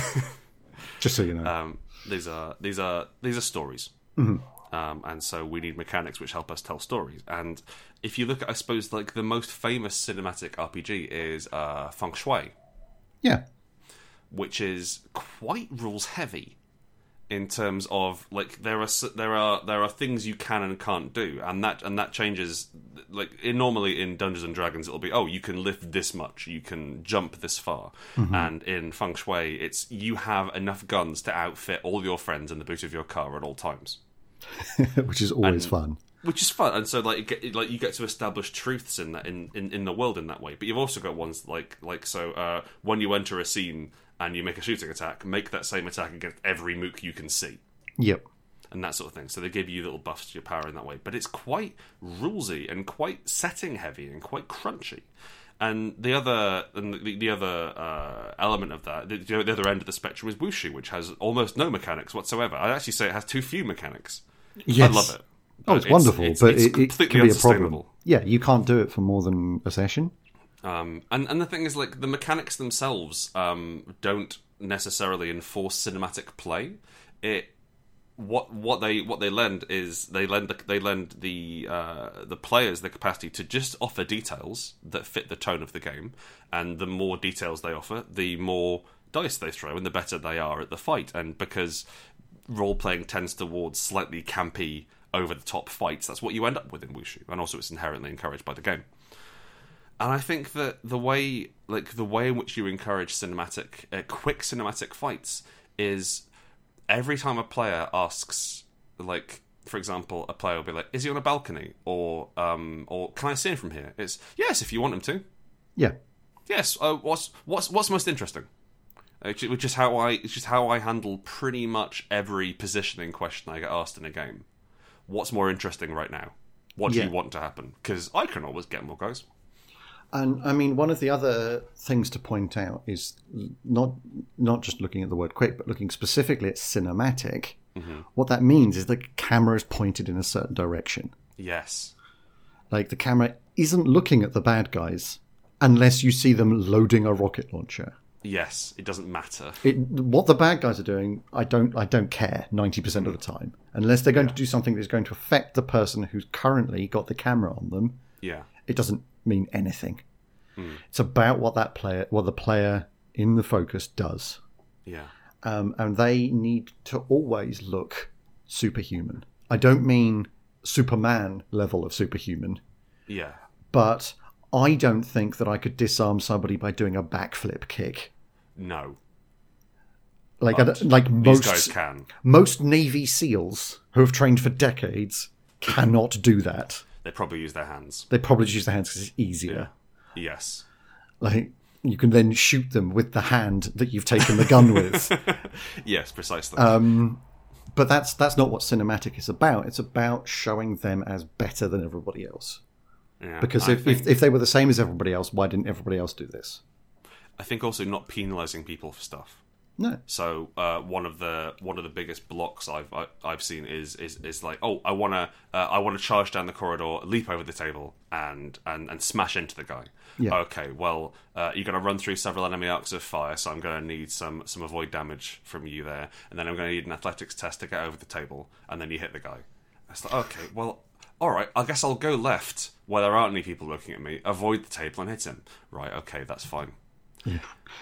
S2: Just so you know.
S1: um, these are these are these are stories,
S2: Mm-hmm.
S1: um, and so we need mechanics which help us tell stories. And if you look at, I suppose, like the most famous cinematic RPG is uh, Feng Shui,
S2: yeah.
S1: which is quite rules heavy in terms of like there are s- there are there are things you can and can't do and that and that changes like in, normally in Dungeons and Dragons it'll be oh you can lift this much you can jump this far and in feng shui it's you have enough guns to outfit all your friends in the boot of your car at all times
S2: Which is always fun.
S1: which is fun and so like it get, like you get to establish truths in that in, in in the world in that way but you've also got ones like like so uh when you enter a scene and you make a shooting attack make that same attack against every mook you can see
S2: Yep.
S1: and that sort of thing so they give you little buffs to your power in that way but it's quite rulesy and quite setting heavy and quite crunchy and the other and the, the other uh, element of that the, the other end of the spectrum is wushu which has almost no mechanics whatsoever i'd actually say it has too few mechanics
S2: Yes.
S1: I love it.
S2: Oh, it's, wonderful,
S1: it's-
S2: but
S1: it's
S2: it, it
S1: completely
S2: can be a problem.
S1: unsustainable.
S2: Yeah, you can't do it for more than a session.
S1: Um, and and the thing is, like the mechanics themselves um, don't necessarily enforce cinematic play. It what what they what they lend is they lend the, they lend the uh, the players the capacity to just offer details that fit the tone of the game, and the more details they offer, the more dice they throw, and the better they are at the fight. And because role playing tends towards slightly campy, over the top fights, that's what you end up with in wushu, and also it's inherently encouraged by the game and I think that the way, like the way in which you encourage cinematic, uh, quick cinematic fights, is every time a player asks, like for example, a player will be like, "Is he on a balcony?" or um, "Or can I see him from here?" It's yes, if you want him to.
S2: Yeah,
S1: Yes. Uh, what's what's what's most interesting? Uh, Which which is how I which is how I handle pretty much every positioning question I get asked in a game. What's more interesting right now? What do
S2: Yeah.
S1: you want to happen? Because I can always get more guys.
S2: and I mean one of the other things to point out is not not just looking at the word quick, but looking specifically at cinematic.
S1: Mm-hmm.
S2: What that means is the camera is pointed in a certain direction.
S1: Yes.
S2: Like the camera isn't looking at the bad guys unless you see them loading a rocket launcher.
S1: Yes, it doesn't matter.
S2: It, what the bad guys are doing, I don't, I don't care ninety percent of the time, unless they're going to do something that's going to affect the person who's currently got the camera on them.
S1: Yeah,
S2: It doesn't mean anything.
S1: Hmm.
S2: It's about what that player, what the player in the focus does,
S1: yeah,
S2: um, and they need to always look superhuman. I don't mean Superman level of superhuman,
S1: yeah.
S2: but I don't think that I could disarm somebody by doing a backflip kick.
S1: No,
S2: Like, I don't- like
S1: Oh, these
S2: most
S1: guys can.
S2: Most Navy SEALs who have trained for decades cannot do that.
S1: They probably use their hands.
S2: They probably just use their hands because it's easier.
S1: Yes,
S2: Like you can then shoot them with the hand that you've taken the gun with.
S1: yes, precisely.
S2: Um, but that's that's not what cinematic is about. It's about showing them as better than everybody else.
S1: Yeah,
S2: Because
S1: I
S2: if,
S1: think,
S2: if if they were the same as everybody else, why didn't everybody else do this?
S1: I think also not penalising people for stuff.
S2: No.
S1: So uh, one of the one of the biggest blocks I've I, I've seen is is, is like oh I wanna uh, I wanna charge down the corridor, leap over the table, and and, and smash into the guy.
S2: Yeah.
S1: Okay, well uh, you're gonna run through several enemy arcs of fire, so I'm gonna need some some avoid damage from you there, and then I'm gonna need an athletics test to get over the table, and then you hit the guy. It's like okay, well all right, I guess I'll go left where there aren't any people looking at me, avoid the table and hit him. Right, okay, that's fine.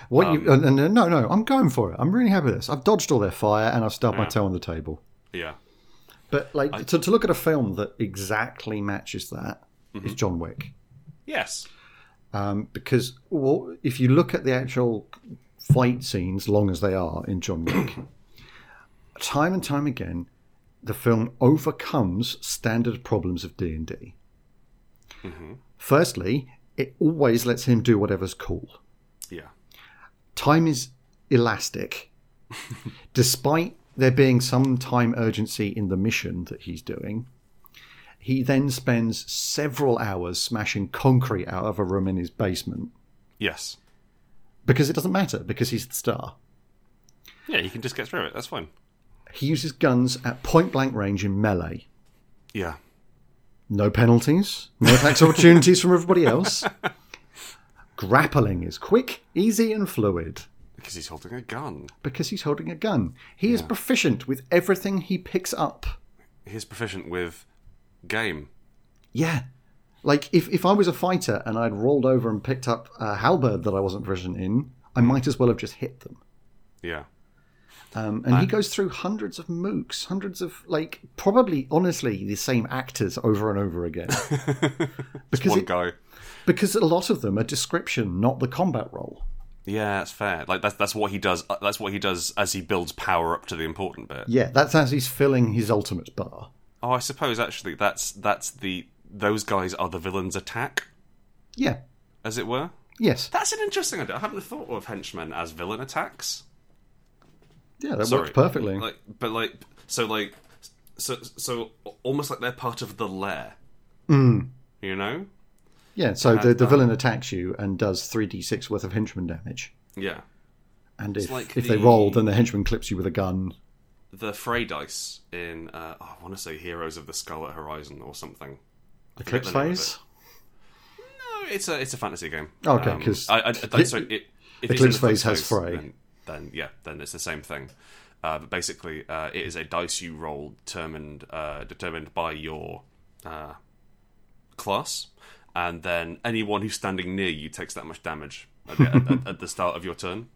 S2: What you
S1: Um,
S2: and, and- no no, I'm going for it. I'm really happy with this. I've dodged all their fire and I've stubbed my toe on the table.
S1: Yeah,
S2: But like to, to look at a film that exactly matches that is
S1: Mm-hmm.
S2: John Wick.
S1: yes,
S2: Um, because well, if you look at the actual fight scenes, long as they are in John Wick, time and time again, the film overcomes standard problems of D and D. Firstly, it always lets him do whatever's cool.
S1: yeah,
S2: Time is elastic, despite there being some time urgency in the mission that he's doing. He then spends several hours smashing concrete out of a room in his basement
S1: yes.
S2: because it doesn't matter because he's the star.
S1: Yeah, you can just get through it. That's fine.
S2: He uses guns at point blank range in melee.
S1: Yeah.
S2: No penalties, no attacks opportunities from everybody else. Grappling is quick, easy, and fluid
S1: Because he's holding a gun.
S2: because he's holding a gun. He is proficient with everything he picks up.
S1: He's proficient with game.
S2: Yeah. Like if, if I was a fighter and I'd rolled over and picked up a halberd that I wasn't proficient in, I might as well have just hit them.
S1: Yeah.
S2: Um, and he goes through hundreds of mooks, hundreds of like probably honestly the same actors over and over again. because
S1: One
S2: it,
S1: guy.
S2: because a lot of them are description, not the combat role.
S1: Yeah, that's fair. Like that's that's what he does. uh, That's what he does as he builds power up to the important bit.
S2: Yeah, that's as he's filling his ultimate bar.
S1: Oh, I suppose actually that's that's the those guys are the villain's attack,
S2: Yeah.
S1: as it were.
S2: Yes.
S1: That's an interesting idea. I haven't thought of henchmen as villain attacks.
S2: Yeah, that
S1: Sorry.
S2: works perfectly.
S1: Like, but like, so like, so so almost like they're part of the lair.
S2: Hmm.
S1: Mm. You know?
S2: yeah, so the, the villain attacks you and does 3d6 worth of henchman damage.
S1: Yeah.
S2: And if,
S1: like
S2: if they
S1: the-
S2: roll, then the henchman clips you with a gun.
S1: the Frey dice in uh, oh, I want to say Heroes of the Scarlet Horizon or something. I forget the
S2: Eclipse
S1: name of
S2: Phase?
S1: it. No, it's a it's a fantasy game.
S2: Okay,
S1: Um,
S2: 'cause
S1: I, I, that's so it, if it's in
S2: Eclipse Phase has Frey.
S1: Then, then yeah, then it's the same thing. Uh, but basically, uh, it is a dice you roll determined uh, determined by your uh, class, and then anyone who's standing near you takes that much damage at the, at- at, at the start of your turn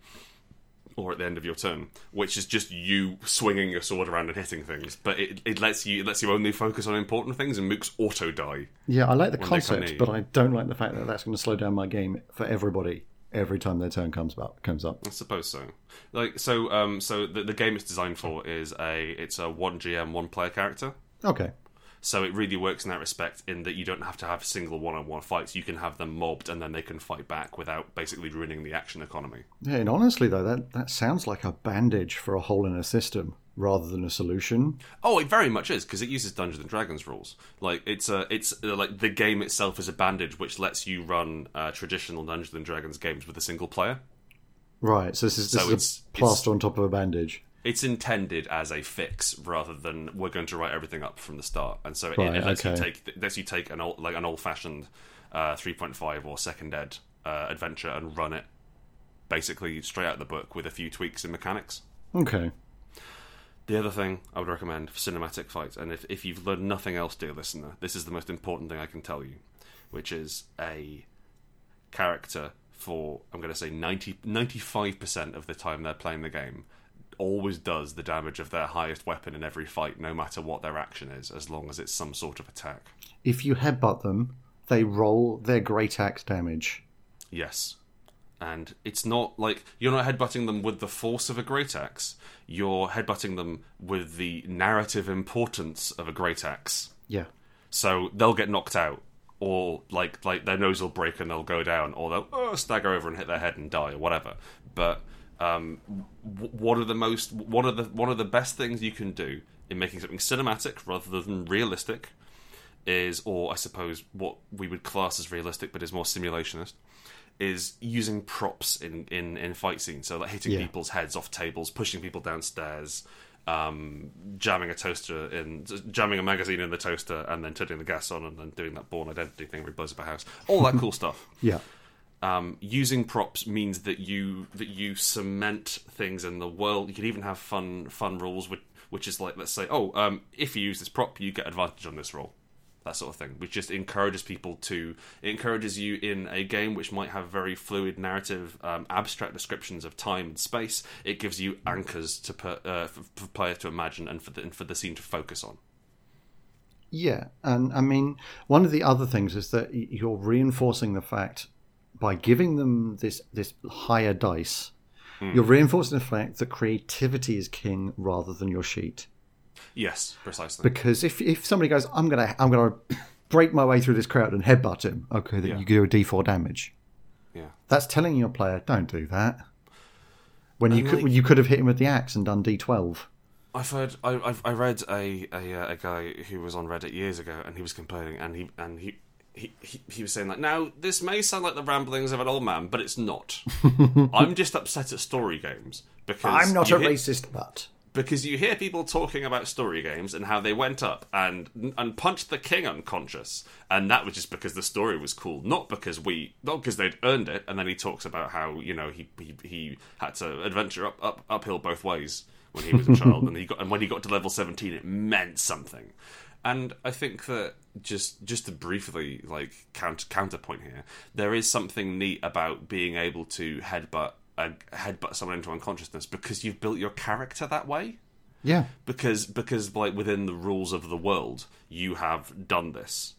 S1: or at the end of your turn, which is just you swinging your sword around and hitting things. But it, it lets you it lets you only focus on important things, and mooks auto die.
S2: Yeah, I like the
S1: they come
S2: concept,
S1: near
S2: but I don't like the fact that that's going to slow down my game for everybody every time their turn comes up. Comes up.
S1: I suppose so. Like so, um, so the, the game it's designed for is a it's a one GM one player character.
S2: Okay.
S1: So it really works in that respect, in that you don't have to have single one on one fights. You can have them mobbed, and then they can fight back without basically ruining the action economy.
S2: Yeah, and honestly though, that that sounds like a bandage for a hole in a system rather than a solution.
S1: Oh, it very much is because it uses Dungeons and Dragons rules. Like it's a, it's uh, like the game itself is a bandage which lets you run uh, traditional Dungeons and Dragons games with a single player.
S2: Right. So this is this
S1: So
S2: is
S1: it's-
S2: a plaster on top of a bandage.
S1: It's intended as a fix rather than we're going to write everything up from the start, and so it,
S2: Right,
S1: it lets you
S2: okay.
S1: take lets you take an old like an old fashioned uh, three point five or second ed uh, adventure and run it basically straight out of the book with a few tweaks in mechanics.
S2: Okay.
S1: The other thing I would recommend for cinematic fights, and if, if you've learned nothing else, dear listener, this is the most important thing I can tell you, which is a character for, I'm going to say 90, 95% of the time they're playing the game always does the damage of their highest weapon in every fight, no matter what their action is, as long as it's some sort of attack.
S2: If you headbutt them, they roll their great axe damage.
S1: Yes. And it's not like you're not headbutting them with the force of a great axe, you're headbutting them with the narrative importance of a great axe.
S2: Yeah.
S1: so they'll get knocked out or like like their nose will break and they'll go down or they'll uh, stagger over and hit their head and die or whatever but um, w- one of the most one of the one of the best things you can do in making something cinematic rather than realistic is or i suppose what we would class as realistic but is more simulationist is using props in in in fight scenes so like hitting
S2: Yeah.
S1: people's heads off tables pushing people downstairs um jamming a toaster in jamming a magazine in the toaster and then turning the gas on and then doing that born identity thing where he blows up a house all that cool stuff
S2: Yeah.
S1: um, using props means that you that you cement things in the world. You can even have fun fun rules, which which is like let's say, oh, um, if you use this prop, you get advantage on this roll, that sort of thing, which just encourages people to it encourages you in a game which might have very fluid narrative, um, abstract descriptions of time and space. It gives you anchors to put, uh, for, for players to imagine and for the and for the scene to focus on.
S2: Yeah, and I mean, one of the other things is that y- you're reinforcing the fact by giving them this this higher dice.
S1: Hmm.
S2: You're reinforcing the fact that creativity is king rather than your sheet.
S1: Yes, precisely.
S2: Because if, if somebody goes, I'm gonna I'm gonna break my way through this crowd and headbutt him, okay, then you do a D4 damage.
S1: yeah.
S2: That's telling your player, don't do that. When you
S1: And,
S2: could
S1: like-
S2: you could have hit him with the axe and done D12.
S1: I've heard. I I've, I read a a, uh, a guy who was on Reddit years ago, and he was complaining, and he and he. He, he, he was saying like now this may sound like the ramblings of an old man but it's not i'm just upset at story games because you hear-
S2: racist, but
S1: because you hear people talking about story games and how they went up and and punched the king unconscious and that was just because the story was cool not because we not because they'd earned it and then he talks about how you know he he, he had to adventure up, up uphill both ways when he was a child and he got and when he got to level 17 it meant something and I think that just just to briefly like counter counterpoint here, there is something neat about being able to headbutt uh, headbutt someone into unconsciousness because you've built your character that way.
S2: Yeah.
S1: Because because like within the rules of the world, you have done this,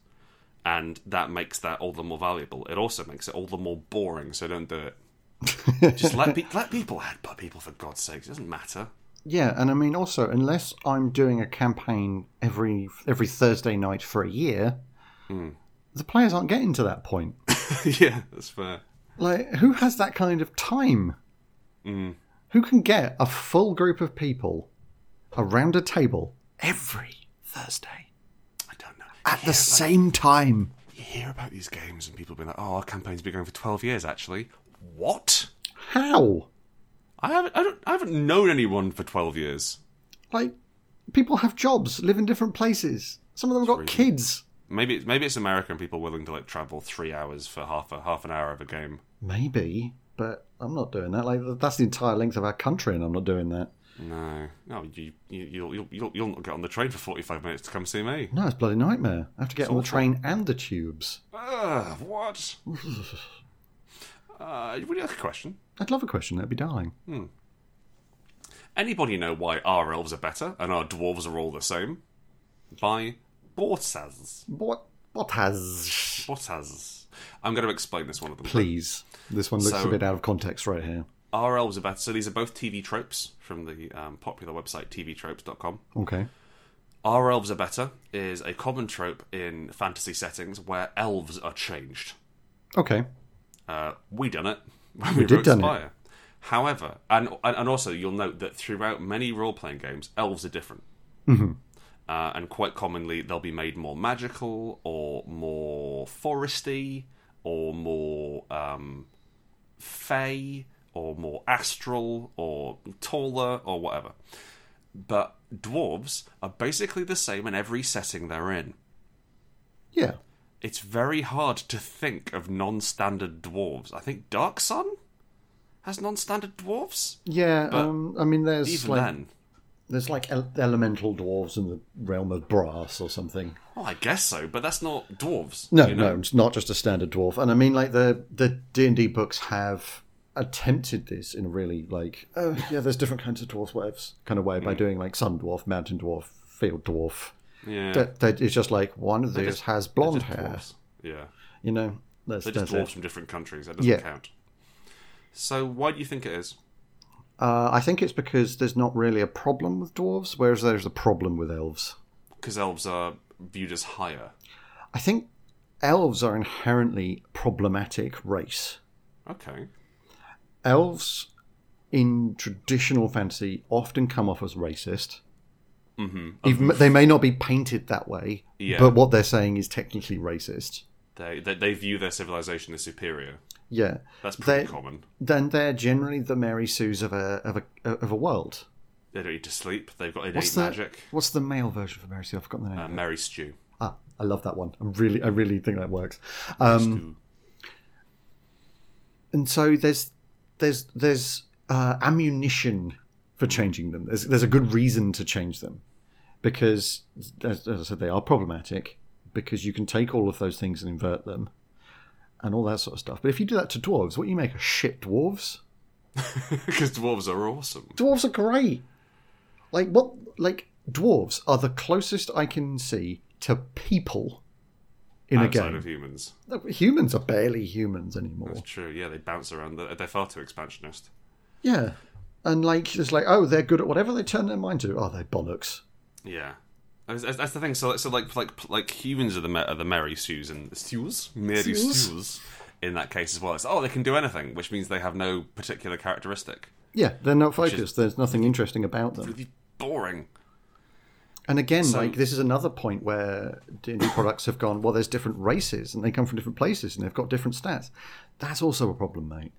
S1: and that makes that all the more valuable. It also makes it all the more boring. So don't do it. just let pe- let people headbutt people for God's sake. It doesn't matter.
S2: Yeah, and I mean also, unless I'm doing a campaign every every Thursday night for a year,
S1: Hmm.
S2: the players aren't getting to that point.
S1: yeah, that's fair.
S2: Like, who has that kind of time? Who can get a full group of people around a table every Thursday
S1: I don't know.
S2: at the same time?
S1: you hear about these games and people being like, "Oh, our campaign's been going for twelve years." Actually, what?
S2: How?
S1: I haven't. I don't. I haven't known anyone for twelve years.
S2: Like, people have jobs, live in different places. Some of them have got
S1: reasonable.
S2: kids.
S1: Maybe it's maybe it's American people willing to like travel three hours for half a half an hour of a game.
S2: Maybe, but I'm not doing that. Like, that's the entire length of our country, and I'm not doing that.
S1: No, no, you, you you'll, you'll you'll you'll not get on the train for forty five minutes to come see me.
S2: No, it's a bloody nightmare. I have to get on the train and the tubes.
S1: Ugh, what? uh, would you ask a question?
S2: I'd love a question. That'd be darling.
S1: Anybody know why our elves are better and our dwarves are all the same? By Bortas.
S2: What? What has?
S1: Bortas. I'm going to explain this one of them.
S2: Please. This one looks
S1: So-
S2: a bit out of context right here.
S1: Our elves are better. So these are both TV tropes from the um, popular website tvtropes.com.
S2: Okay.
S1: Our elves are better is a common trope in fantasy settings where elves are changed.
S2: Okay.
S1: Uh, we done it when we,
S2: did
S1: wrote
S2: done it.
S1: Spire. However, and, and and also you'll note that throughout many role playing games, elves are different, mm-hmm. uh, and quite commonly they'll be made more magical or more foresty or more um, fey or more astral or taller or whatever. But dwarves are basically the same in every setting they're in
S2: Yeah.
S1: it's very hard to think of non-standard dwarves. I think Dark Sun has non-standard dwarves.
S2: Yeah. um, I mean, there's
S1: Even
S2: like
S1: then,
S2: there's like el- elemental dwarves in the realm of brass or something.
S1: well, I guess so, but that's not dwarves.
S2: No,
S1: you know?
S2: no, it's not just a standard dwarf. And I mean, like the the D and D books have attempted this in a really like oh yeah, there's different kinds of dwarfs, whatevs kind of way
S1: Hmm.
S2: by doing like sun dwarf, mountain dwarf, field dwarf.
S1: yeah,
S2: That, that it's just like one of these
S1: just-
S2: has
S1: they're
S2: blonde
S1: just
S2: hair.
S1: dwarves. Yeah,
S2: You know, that's,
S1: they're just
S2: that's it.
S1: dwarves from different countries. That doesn't
S2: Yeah.
S1: count. So why do you think it is?
S2: Uh, I think it's because there's not really a problem with dwarves, whereas there's a problem with elves.
S1: Because elves are viewed as higher.
S2: I think elves are inherently problematic race.
S1: Okay,
S2: elves in traditional fantasy often come off as racist. Mm-hmm. Even, they may not be painted that way,
S1: Yeah.
S2: but what they're saying is technically racist.
S1: they, they they view their civilization as superior.
S2: Yeah.
S1: That's pretty
S2: They-
S1: common.
S2: Then they're generally the Mary Sues of a of a of a world.
S1: They don't need to sleep. They've got
S2: What's
S1: innate
S2: the
S1: magic.
S2: what's the male version for Mary Sue? I've forgotten the name.
S1: Uh, Merry stew.
S2: ah, I love that one. I really I really think that works. Um,
S1: stew.
S2: and so there's there's there's uh, ammunition for changing them. There's there's a good reason to change them because, as, as I said, they are problematic because you can take all of those things and invert them and all that sort of stuff. But if you do that to dwarves, what you make are shit dwarves.
S1: Because dwarves are awesome.
S2: Dwarves are great. Like what? Like dwarves are the closest I can see to people in
S1: outside
S2: a
S1: of
S2: game.
S1: humans.
S2: Humans are barely humans anymore.
S1: That's true. Yeah, they bounce around. They're they're far too expansionist.
S2: Yeah. And like, it's like, oh, they're good at whatever they turn their mind to. Oh, they bollocks.
S1: Yeah, that's, that's- that's the thing. So, so like, like, like humans are the me- are the merry stews and stews, merry
S2: Stews.
S1: stews. In that case as well, it's oh they can do anything, which means they have no particular characteristic.
S2: Yeah, they're not focused. There's nothing interesting about them.
S1: Really boring.
S2: And again, like, this is another point where D&D products have gone, well, there's different races and they come from different places and they've got different stats. That's also a problem, mate.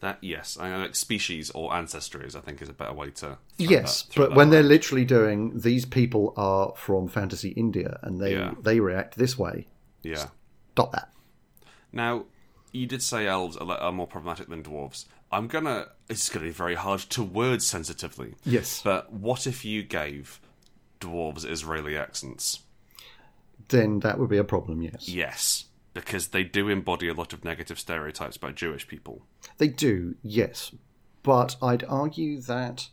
S1: That yes, I know, like species or ancestries, I think is a better way to. throw
S2: Yes,
S1: that- throw
S2: but
S1: that
S2: when
S1: around.
S2: they're literally doing, these people are from fantasy India and they,
S1: Yeah.
S2: they react this way.
S1: yeah.
S2: Stop that.
S1: Now, you did say elves are, le- are more problematic than dwarves. I'm gonna. It's gonna be very hard to word sensitively.
S2: Yes.
S1: But what if you gave dwarves Israeli accents?
S2: Then that would be a problem, yes.
S1: Yes, because they do embody a lot of negative stereotypes about Jewish people.
S2: They do, yes. But I'd argue that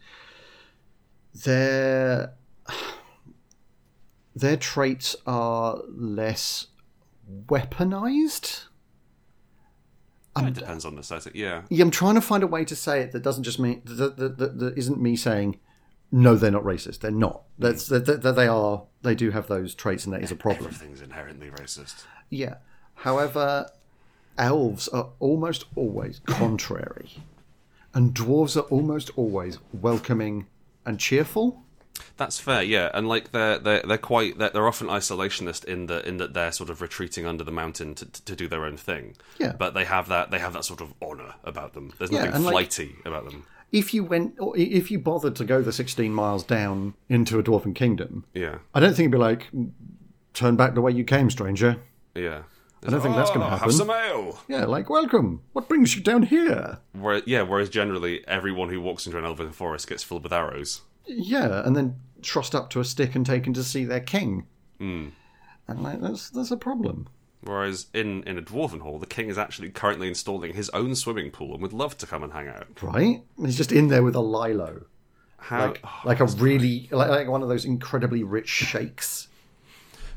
S2: their their traits are less weaponized. Um,
S1: it depends on the setting. Yeah,
S2: Yeah, I'm trying to find a way to say it that doesn't just mean that, that, that, that isn't me saying no, they're not racist. They're not. That's that, that, that they are. They do have those traits, and that is a problem.
S1: everything's inherently racist.
S2: Yeah. However, elves are almost always contrary, and dwarves are almost always welcoming and cheerful.
S1: That's fair. Yeah, and like they're they're they're quite they're, they're often isolationist in the in that they're sort of retreating under the mountain to, to, to do their own thing.
S2: Yeah.
S1: but they have that they have that sort of honor about them. There's
S2: Yeah,
S1: nothing
S2: and, like-
S1: flighty about them.
S2: if you went or i- if you bothered to go the 16 miles down into a dwarven kingdom,
S1: Yeah,
S2: I don't think it'd be like turn back the way you came, stranger.
S1: yeah. I
S2: don't think that's gonna happen."
S1: Have some ale.
S2: Yeah, like welcome. What brings you down here?
S1: Where, yeah, whereas generally everyone who walks into an elven forest gets filled with arrows.
S2: Yeah, and then trussed up to a stick and taken to see their king. And like that's that's a problem.
S1: Whereas in, in a dwarven hall, the king is actually currently installing his own swimming pool and would love to come and hang out.
S2: Right? He's just in there with a lilo,
S1: How?
S2: like, like a really like, like one of those incredibly rich shakes.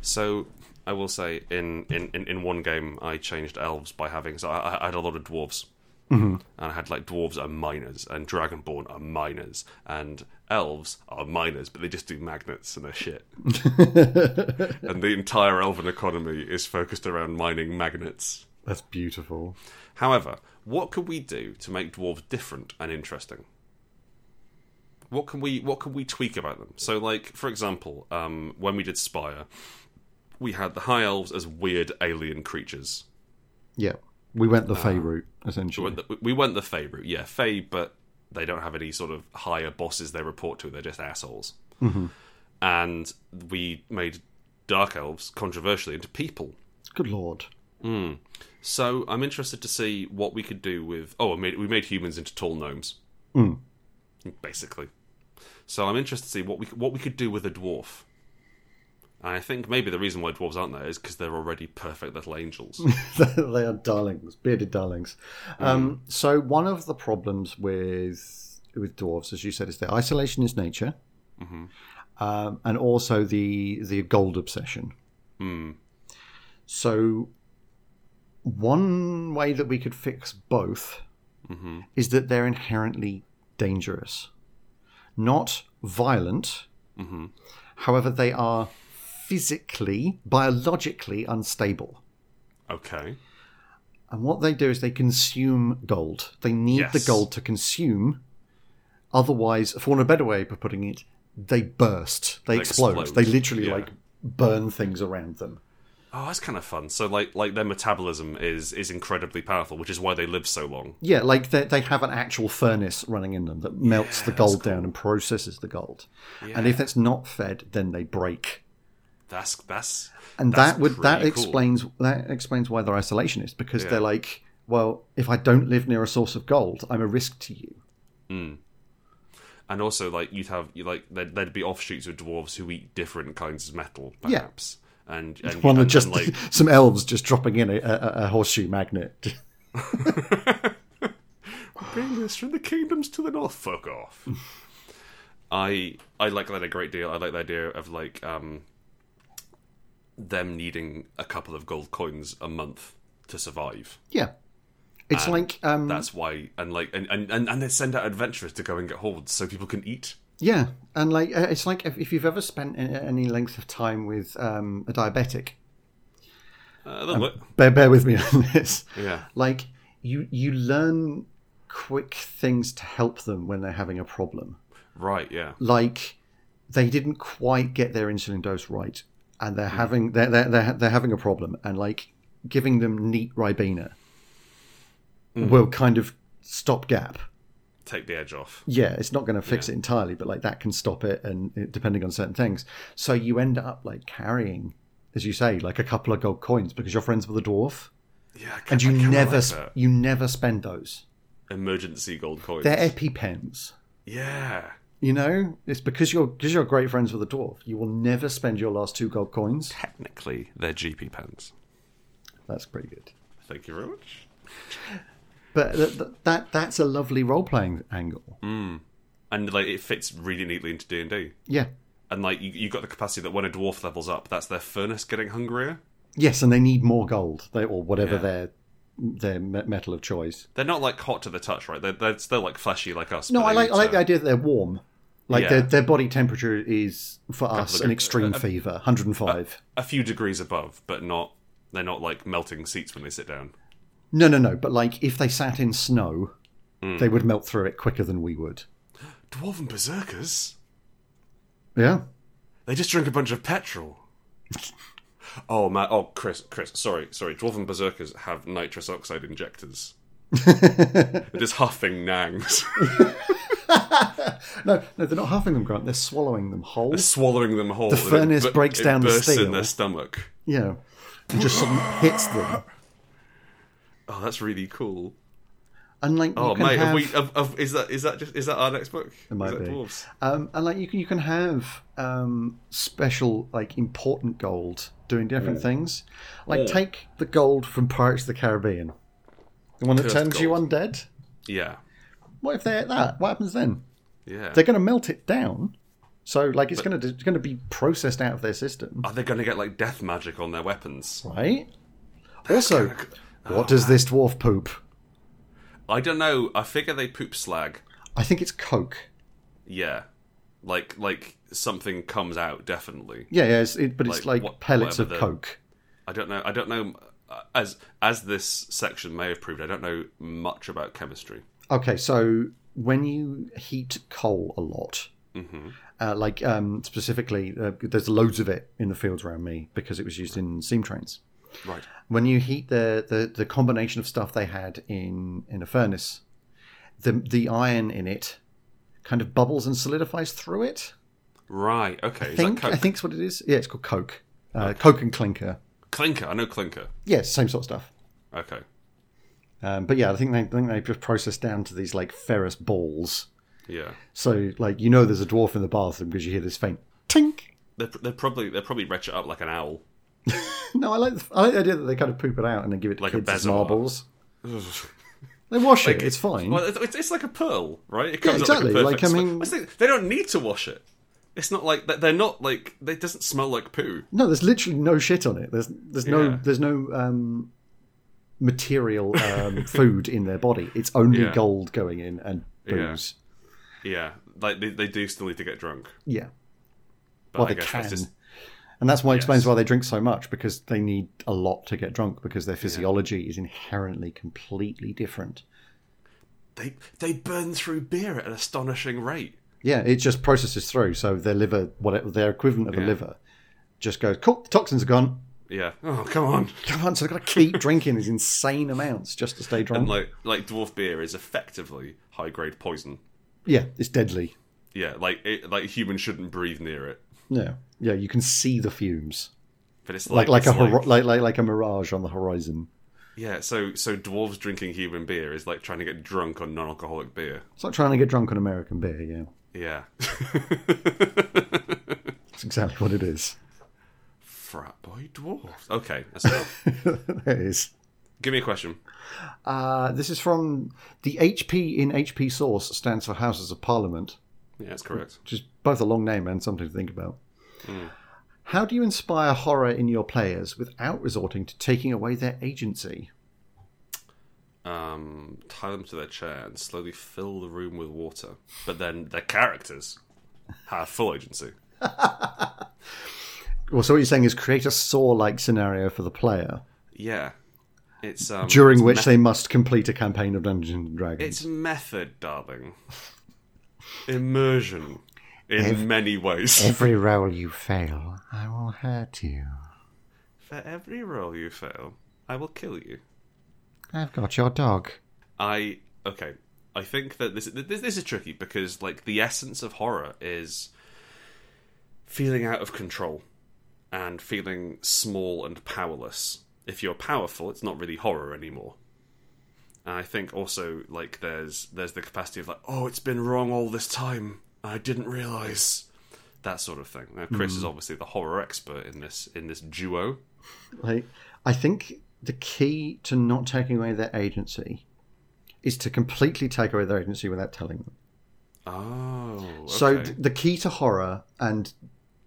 S1: So I will say, in, in, in, in one game, I changed elves by having. So I, I had a lot of dwarves, and I had like dwarves are miners, and dragonborn are miners, and elves are miners, but they just do magnets and they're shit. and the entire elven economy is focused around mining magnets.
S2: That's beautiful.
S1: However, what could we do to make dwarves different and interesting? What can we what can we tweak about them? So, like for example, um, when we did Spire, we had the high elves as weird alien creatures.
S2: Yeah, we went the Fey route essentially.
S1: Went the- We went the Fey route, yeah, Fey, but they don't have any sort of higher bosses they report to. They're just assholes. And we made dark elves controversially into people.
S2: Good lord.
S1: So I'm interested to see what we could do with. Oh, I made, we made humans into tall gnomes, basically. So I'm interested to see what we what we could do with a dwarf. And I think maybe the reason why dwarves aren't there is because they're already perfect little angels.
S2: they are darlings, bearded darlings. Um, so one of the problems with with dwarves, as you said, is their isolation is nature,
S1: Mm-hmm.
S2: um, and also the the gold obsession.
S1: Mm-hmm.
S2: So one way that we could fix both
S1: Mm-hmm.
S2: is that they're inherently dangerous, not violent.
S1: Mm-hmm.
S2: However, they are physically, biologically unstable.
S1: okay,
S2: And what they do is they consume gold. They need the
S1: Yes.
S2: gold to consume. Otherwise, for want of a better way of putting it, they burst. They,
S1: They
S2: explode.
S1: explode,
S2: They literally
S1: yeah.
S2: like burn things around them.
S1: oh that's kind of fun. So like like their metabolism is is incredibly powerful, which is why they live so long.
S2: Yeah, like they, they have an actual furnace running in them that melts the gold down and processes the gold. And if it's not fed, then they break.
S1: That's that's
S2: and
S1: that's
S2: that would that
S1: pretty cool.
S2: explains that explains why they're isolationist because they're like, well, if I don't live near a source of gold, I'm a risk to you.
S1: and also like you'd have you like there'd, there'd be offshoots of dwarves who eat different kinds of metal, perhaps. And, and
S2: One that
S1: and-
S2: just
S1: and, like
S2: some elves just dropping in a, a, a horseshoe magnet.
S1: bring this from the kingdoms to the north. Fuck off. I I like that a great deal. I like the idea of like um them needing a couple of gold coins a month to survive.
S2: Yeah, it's like um,
S1: That's why and like and, and, and, and they send out adventurers to go and get hordes so people can eat.
S2: yeah, and like uh, it's like if, if you've ever spent a- any length of time with um, a diabetic,
S1: Uh,
S2: Um,
S1: a little bit.
S2: bear bear with me on this.
S1: Yeah.
S2: Like you you learn quick things to help them when they're having a problem.
S1: Right, yeah.
S2: like they didn't quite get their insulin dose right and
S1: Hmm.
S2: they're having they're, they're, they're, they're having a problem and like giving them neat ribena
S1: Hmm.
S2: will kind of stop gap
S1: Take the edge off.
S2: yeah it's not going to fix it entirely but like that can stop it and it, depending on certain things so you end up like carrying as you say like a couple of gold coins because you're friends with a dwarf
S1: Yeah, I ca-
S2: and you
S1: I kinda
S2: never
S1: like
S2: sp
S1: that.
S2: you never spend those
S1: emergency gold coins.
S2: they're epipens
S1: yeah.
S2: you know it's because you're because you're great friends with a dwarf you will never spend your last two gold coins
S1: Technically they're GP pens.
S2: That's pretty good.
S1: Thank you very much.
S2: But th- th- that that's a lovely role playing angle.
S1: And like it fits really neatly into D and D.
S2: Yeah.
S1: and like you, you've got the capacity that when a dwarf levels up, that's their furnace getting hungrier.
S2: Yes, and they need more gold, they, or whatever their their me- metal of choice.
S1: They're not like hot to the touch, right? They're, they're still like fleshy like us.
S2: No,
S1: but
S2: I
S1: they
S2: like I
S1: need
S2: like the
S1: to-
S2: idea that they're warm. Like
S1: Yeah.
S2: their their body temperature is for us
S1: look,
S2: an
S1: uh,
S2: extreme fever, 105.
S1: a few degrees above, but not they're not like melting seats when they sit down.
S2: no, no, no. But like if they sat in snow, they would melt through it quicker than we would.
S1: Dwarven berserkers,
S2: Yeah.
S1: they just drink a bunch of petrol. oh man, oh Chris, Chris, sorry, sorry. Dwarven berserkers have nitrous oxide injectors. They're just huffing nangs.
S2: no, no, they're not halving them, Grant. They're swallowing them whole.
S1: swallowing them whole. The
S2: furnace breaks down the
S1: bursts
S2: steel.
S1: in their stomach.
S2: You know, and just suddenly hits them.
S1: Oh, that's really cool.
S2: And like,
S1: Oh
S2: you can
S1: mate, have
S2: have,
S1: we, have, have, is that is that just is that our next book? It
S2: might
S1: is that
S2: be.
S1: dwarves?
S2: um, and like you can you can have um, special like important gold doing different things. Like take the gold from Pirates of the Caribbean, the one that
S1: Cursed
S2: turns you
S1: gold.
S2: undead.
S1: Yeah,
S2: What if they ate that? What happens then?
S1: yeah.
S2: They're going to melt it down. So like it's going to it's going to be processed out of their system,
S1: Are they going to get like death magic on their weapons?
S2: right? Also,
S1: oh,
S2: what does this dwarf poop?
S1: I don't know. I figure they poop slag.
S2: I think it's coke.
S1: Yeah, like like something comes out definitely.
S2: Yeah, yeah, it's, it, but it's
S1: Like,
S2: like,
S1: what-
S2: pellets of
S1: whatever the-
S2: coke.
S1: I don't know. I don't know. uh, As as this section may have proved, I don't know much about chemistry.
S2: Okay, so when you heat coal a lot,
S1: Mm-hmm.
S2: uh, like um, specifically, uh, there's loads of it in the fields around me because it was used in steam trains.
S1: Right.
S2: When you heat the, the, the combination of stuff they had in, in a furnace, the, the iron in it kind of bubbles and solidifies through it.
S1: Right. Okay.
S2: I
S1: Is
S2: think,
S1: that
S2: I
S1: coke? Oh.
S2: think that's what it is. Yeah, it's called coke. Uh, Coke and clinker.
S1: Clinker. I know clinker.
S2: Yeah, it's the same sort of stuff.
S1: Okay.
S2: Um, but yeah, I think they I think they just process down to these like ferrous balls.
S1: Yeah.
S2: So like you know, there's a dwarf in the bathroom because you hear this faint tink.
S1: They're, they're probably they're probably wretched up like an owl.
S2: No, I like the, I like the idea that they kind of poop it out and then give it to
S1: Like a
S2: kids as
S1: bezoar.
S2: marbles. they wash it; it's fine.
S1: Well, it's- it's, it's like a pearl, right? It comes
S2: exactly.
S1: up like a
S2: Like,
S1: perfect.
S2: I
S1: spe-
S2: mean-
S1: that's the thing, they don't need to wash it. It's not like they're not like it doesn't smell like poo.
S2: no, there's literally no shit on it. There's there's no
S1: Yeah.
S2: there's no um, material um, food in their body. It's only
S1: Yeah.
S2: gold going in and booze.
S1: Yeah, like they, they do still need to get drunk.
S2: Yeah,
S1: But I
S2: well they
S1: guess
S2: can,
S1: that's just
S2: and that's why it explains why they drink so much because they need a lot to get drunk because their physiology is inherently completely different.
S1: they they burn through beer at an astonishing rate.
S2: Yeah, it just processes through. So their liver, whatever their equivalent of a liver, just goes, cool, the toxins are gone.
S1: Yeah. Oh come on.
S2: Come on, so they've got to keep drinking these insane amounts just to stay drunk.
S1: Like like dwarf beer is effectively high grade poison.
S2: yeah, it's deadly.
S1: Yeah. Like it, like humans shouldn't breathe near it.
S2: Yeah, yeah, you can see the fumes,
S1: But it's
S2: like
S1: like
S2: like,
S1: it's
S2: a hor- like, like like a mirage on the horizon.
S1: yeah. So so dwarves drinking human beer is like trying to get drunk on non alcoholic beer.
S2: It's like trying to get drunk on American beer. Yeah,
S1: Yeah.
S2: that's exactly what it is.
S1: Frat boy dwarves. Okay. That's enough.
S2: it is.
S1: Give me a question.
S2: Uh, this is from the HP in HP Source stands for Houses of Parliament.
S1: Yeah, that's correct.
S2: which is both a long name and something to think about.
S1: Mm.
S2: How do you inspire horror in your players without resorting to taking away their agency?
S1: Um, tie them to their chair and slowly fill the room with water. But then their characters have full agency.
S2: Well, so what you're saying is create a saw-like scenario for the player
S1: Yeah, it's um,
S2: during
S1: it's
S2: which
S1: meth-
S2: they must complete a campaign of Dungeons and Dragons.
S1: it's method, darling. Immersion in many ways.
S2: Every roll you fail, I will hurt you.
S1: For every roll you fail, I will kill you.
S2: I've got your dog.
S1: I okay. I think that this this, this is tricky because like the essence of horror is feeling out of control and feeling small and powerless. If you're powerful, it's not really horror anymore. And I think also like there's there's the capacity of like oh it's been wrong all this time I didn't realize that sort of thing. Now Chris is obviously the horror expert in this in this duo.
S2: Like, I think the key to not taking away their agency is to completely take away their agency without telling them.
S1: Oh,
S2: So
S1: okay.
S2: th- the key to horror and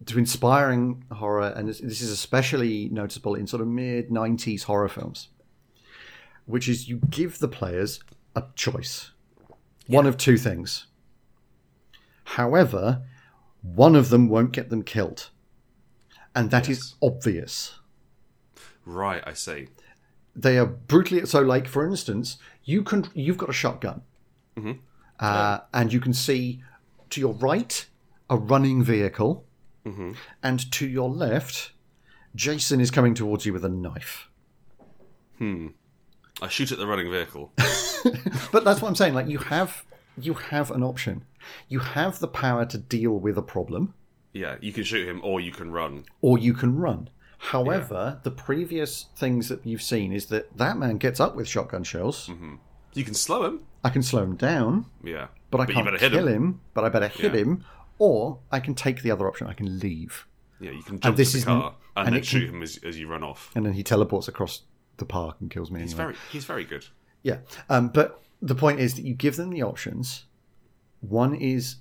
S2: to inspiring horror, and this, this is especially noticeable in sort of mid '90s horror films, which is you give the players a choice, one of two things. However, one of them won't get them killed, and that is
S1: Yes.
S2: obvious.
S1: right, I see.
S2: They are brutally so. Like for instance, you can you've got a shotgun,
S1: Mm-hmm.
S2: uh, and you can see to your right a running vehicle
S1: hmm
S2: and to your left, Jason is coming towards you with a knife.
S1: I shoot at the running vehicle.
S2: But that's what I'm saying. Like you have you have an option. You have the power to deal with a problem,
S1: Yeah, you can shoot him or you can run.
S2: or you can run. However, the previous things that you've seen is that that man gets up with shotgun shells.
S1: Mm-hmm. You can slow him.
S2: I can slow him down,
S1: Yeah,
S2: but I
S1: you
S2: can't
S1: better hit
S2: kill him. But I better hit
S1: Yeah.
S2: him, or I can take the other option. I can leave,
S1: Yeah, you can jump
S2: this
S1: to the
S2: is-
S1: car and,
S2: and
S1: then
S2: it can-
S1: shoot him as, as you run off.
S2: and then he teleports across the park and kills me.
S1: He's
S2: anyway.
S1: very he's very good.
S2: Yeah, um, but the point is that you give them the options. One is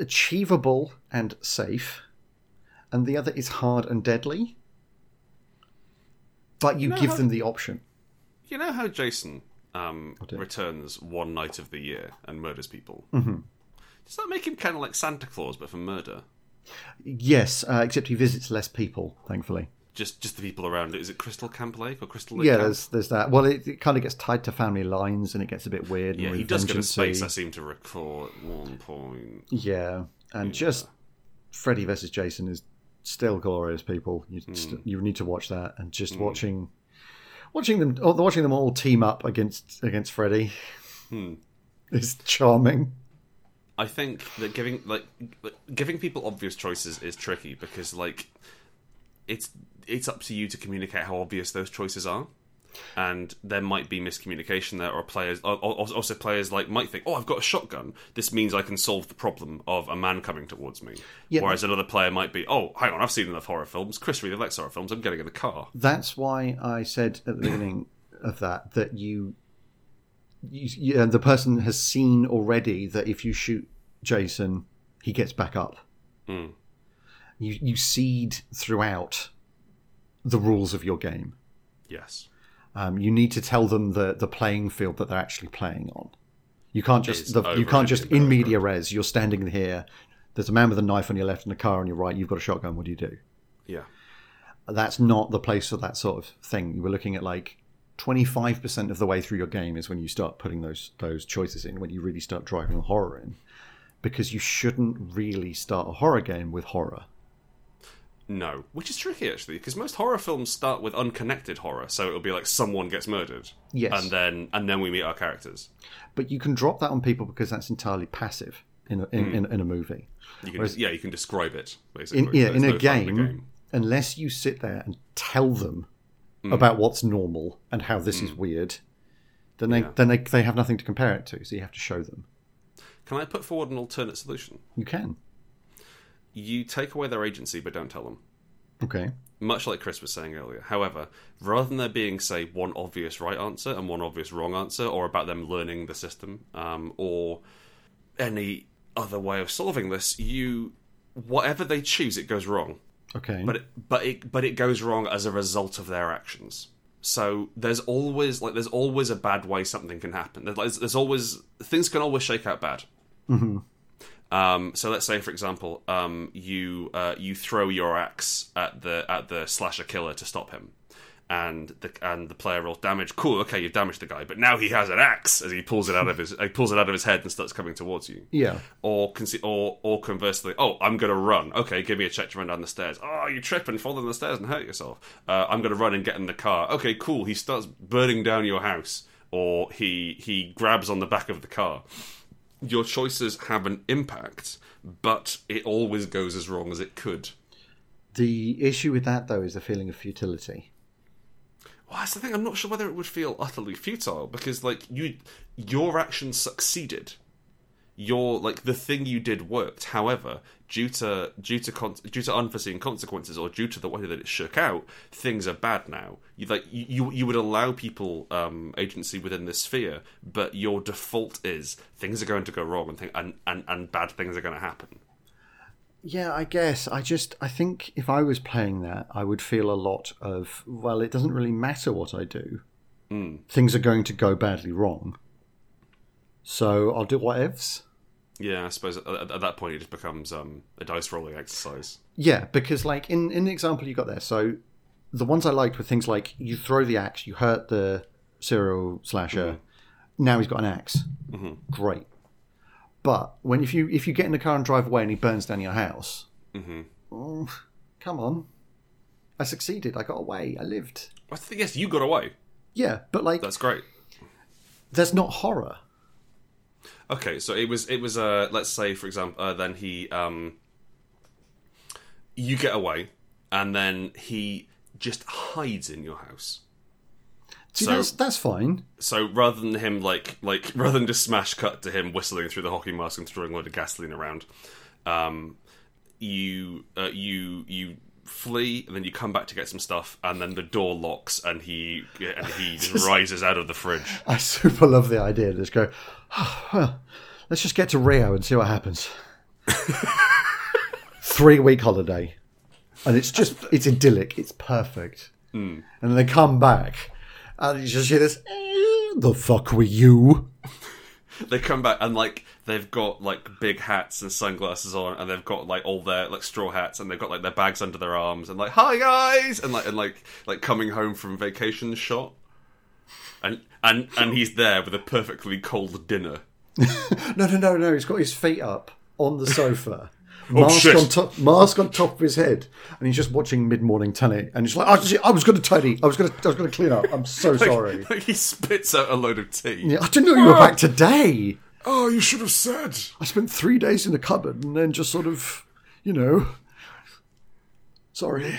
S2: achievable and safe, and the other is hard and deadly. But you
S1: know
S2: give
S1: how-
S2: them the option.
S1: You know how Jason um,
S2: do. Mm-hmm.
S1: returns one night of the year and murders people. Does that make him kind of like Santa Claus but for murder?
S2: Yes, uh, except he visits less people, thankfully.
S1: Just just the people around it. Is it Crystal Camp Lake or Crystal Lake?
S2: Yeah,
S1: Camp?
S2: there's there's that. Well, it, it kind of gets tied to family lines, and it gets a bit weird. and
S1: yeah. He
S2: with
S1: does go to
S2: vengeance-y.
S1: space. I seem to recall at one point.
S2: Yeah, and just Freddy versus Jason is still glorious. People, you st- you need to watch that, and just watching watching them oh, watching them all team up against against Freddy is charming.
S1: I think that giving like giving people obvious choices is tricky because like it's it's up to you to communicate how obvious those choices are. And there might be miscommunication there, or players. al- al- Also, players like might think, "Oh, I've got a shotgun. This means I can solve the problem of a man coming towards me."
S2: Yeah.
S1: Whereas another player might be, "Oh, hang on, I've seen enough horror films. Chris really likes horror films. I'm getting in the car."
S2: That's why I said at the beginning of that that you, you, you the person has seen already that if you shoot Jason, he gets back up.
S1: Mm.
S2: You you seed throughout the rules of your game.
S1: Yes,
S2: Um, you need to tell them the the playing field that they're actually playing on. You can't
S1: Is
S2: just the,
S1: over
S2: you can't
S1: and
S2: just
S1: over
S2: in
S1: and
S2: media res. You're standing here. There's a man with a knife on your left and a car on your right. You've got a shotgun. What do you do?
S1: yeah,
S2: That's not the place for that sort of thing. You were looking at like 25% of the way through your game is when you start putting those those choices in. When you really start driving the horror in, because you shouldn't really start a horror game with horror.
S1: no, which is tricky actually, because most horror films start with unconnected horror, so it'll be like someone gets murdered,
S2: Yes,
S1: and then and then we meet our characters.
S2: but you can drop that on people because that's entirely passive in a, in,
S1: Hmm.
S2: in, in a movie.
S1: You can, yeah, you can describe it basically.
S2: in, yeah,
S1: There's
S2: in a
S1: no fun
S2: game, unless you sit there and tell them about what's normal and how this is weird, then they then they, they have nothing to compare it to. So you have to show them.
S1: Can I put forward an alternate solution?
S2: You can.
S1: You take away their agency, but don't tell them.
S2: Okay.
S1: Much like Chris was saying earlier. However, rather than there being, say, one obvious right answer and one obvious wrong answer, or about them learning the system, um, or any other way of solving this, you whatever they choose, it goes wrong.
S2: Okay.
S1: but it, but it but it goes wrong as a result of their actions. So there's always like there's always a bad way something can happen. There's, like, there's always things can always shake out bad. Mm-hmm. Um, so let's say, for example, um, you uh, you throw your axe at the at the slasher killer to stop him, and the and the player rolls damage. Cool, okay, you've damaged the guy, but now he has an axe as he pulls it out of his he pulls it out of his head and starts coming towards you
S2: yeah.
S1: or conce- or or conversely, oh, I'm gonna run. Okay, give me a check to run down the stairs. Oh, you trip and fall down the stairs and hurt yourself. Uh, I'm gonna run and get in the car. Okay, cool. He starts burning down your house, or he he grabs on the back of the car. Your choices have an impact, but it always goes as wrong as it could.
S2: The issue with that though is the feeling of futility.
S1: Well, that's the thing. I'm not sure whether it would feel utterly futile because, like, you, your action succeeded. Your like the thing you did worked. However, due to due to con- due to unforeseen consequences or due to the way that it shook out, things are bad now. You like you you, you would allow people um, agency within this sphere, but your default is things are going to go wrong and thing, and, and and bad things are going to happen.
S2: Yeah, I guess. I just I think if I was playing that, I would feel a lot of well, it doesn't really matter what I do. Things are going to go badly wrong. So I'll do what ifs.
S1: Yeah, I suppose at, at at that point it just becomes um, a dice rolling exercise.
S2: Yeah, because like in in the example you got there, so the ones I liked were things like you throw the axe, you hurt the serial slasher. Now he's got an ax Great, but when if you if you get in the car and drive away and he burns down your house, oh, come on, I succeeded. I got away. I lived.
S1: I think yes, you got away.
S2: Yeah, but like
S1: That's great.
S2: that's not horror.
S1: Okay, so it was it was uh let's say for example uh, then he um you get away and then he just hides in your house.
S2: See,
S1: So-
S2: that's that's fine.
S1: So rather than him like like rather than just smash cut to him whistling through the hockey mask and throwing a load of gasoline around, um, you uh, you you flee and then you come back to get some stuff and then the door locks and he and he just rises out of the fridge.
S2: I super love the idea. Just go. "Ah, well, let's just get to Rio and see what happens. Three week holiday, and it's just it's idyllic. It's perfect.
S1: Hmm.
S2: And they come back, and you just hear this. "Eh, The fuck were you?
S1: they come back and like they've got like big hats and sunglasses on and they've got like all their like straw hats and they've got like their bags under their arms and like hi guys and like and like like coming home from vacation shot and and and he's there with a perfectly cold dinner
S2: No, no, no, no. He's got his feet up on the sofa. mask
S1: Oh, shit.
S2: on top, mask on top of his head, and he's just watching mid morning telly. And he's like, I, I was going to tidy. I was going to, I was going to clean up. I'm so sorry.
S1: like he spits out a load of tea
S2: Yeah, I didn't know you were back today.
S1: oh you should have said
S2: I spent three days in a cupboard and then just sort of, you know, sorry.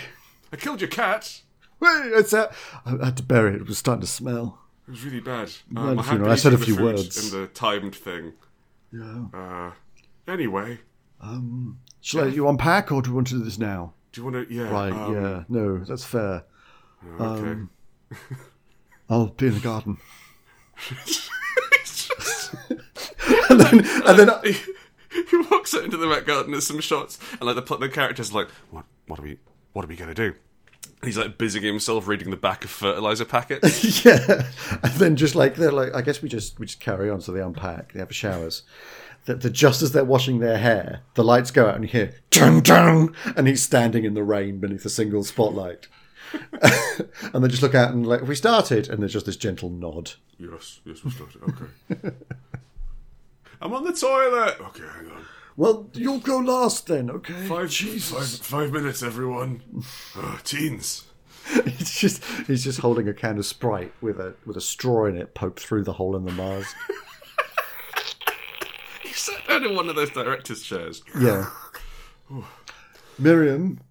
S1: i killed your cat
S2: Wait, it's that. I had to bury it. It was starting to smell.
S1: it was really bad Um,
S2: Well, I you had know, been I said a eating the few food words.
S1: in the timed thing Uh,
S2: Yeah.
S1: anyway
S2: Shall I let you unpack or do you want to do this now?
S1: do you want to yeah um,
S2: Right, yeah. No, that's fair.
S1: okay
S2: I'll be in the garden. um, and then, and then
S1: he, he walks out into the Met Garden. There's some shots, and like the pl- the characters are like, what What are we What are we gonna do? He's like busying himself reading the back of fertilizer packets.
S2: yeah, and then just like they're like, I guess we just we just carry on. So they unpack, they have showers. That that just as they're washing their hair, the lights go out and you hear dun dun, and he's standing in the rain beneath a single spotlight. and they just look out and like, we started, and there's just this gentle nod.
S1: yes, yes, we started. Okay. I'm on the toilet. Okay, hang on.
S2: Well, you'll go last then, okay?
S1: five, five minutes, everyone. Oh, teens.
S2: It's just he's just holding a can of Sprite with a with a straw in it poked through the hole in the mask.
S1: He sat down in one of those directors' chairs.
S2: Yeah. Miriam,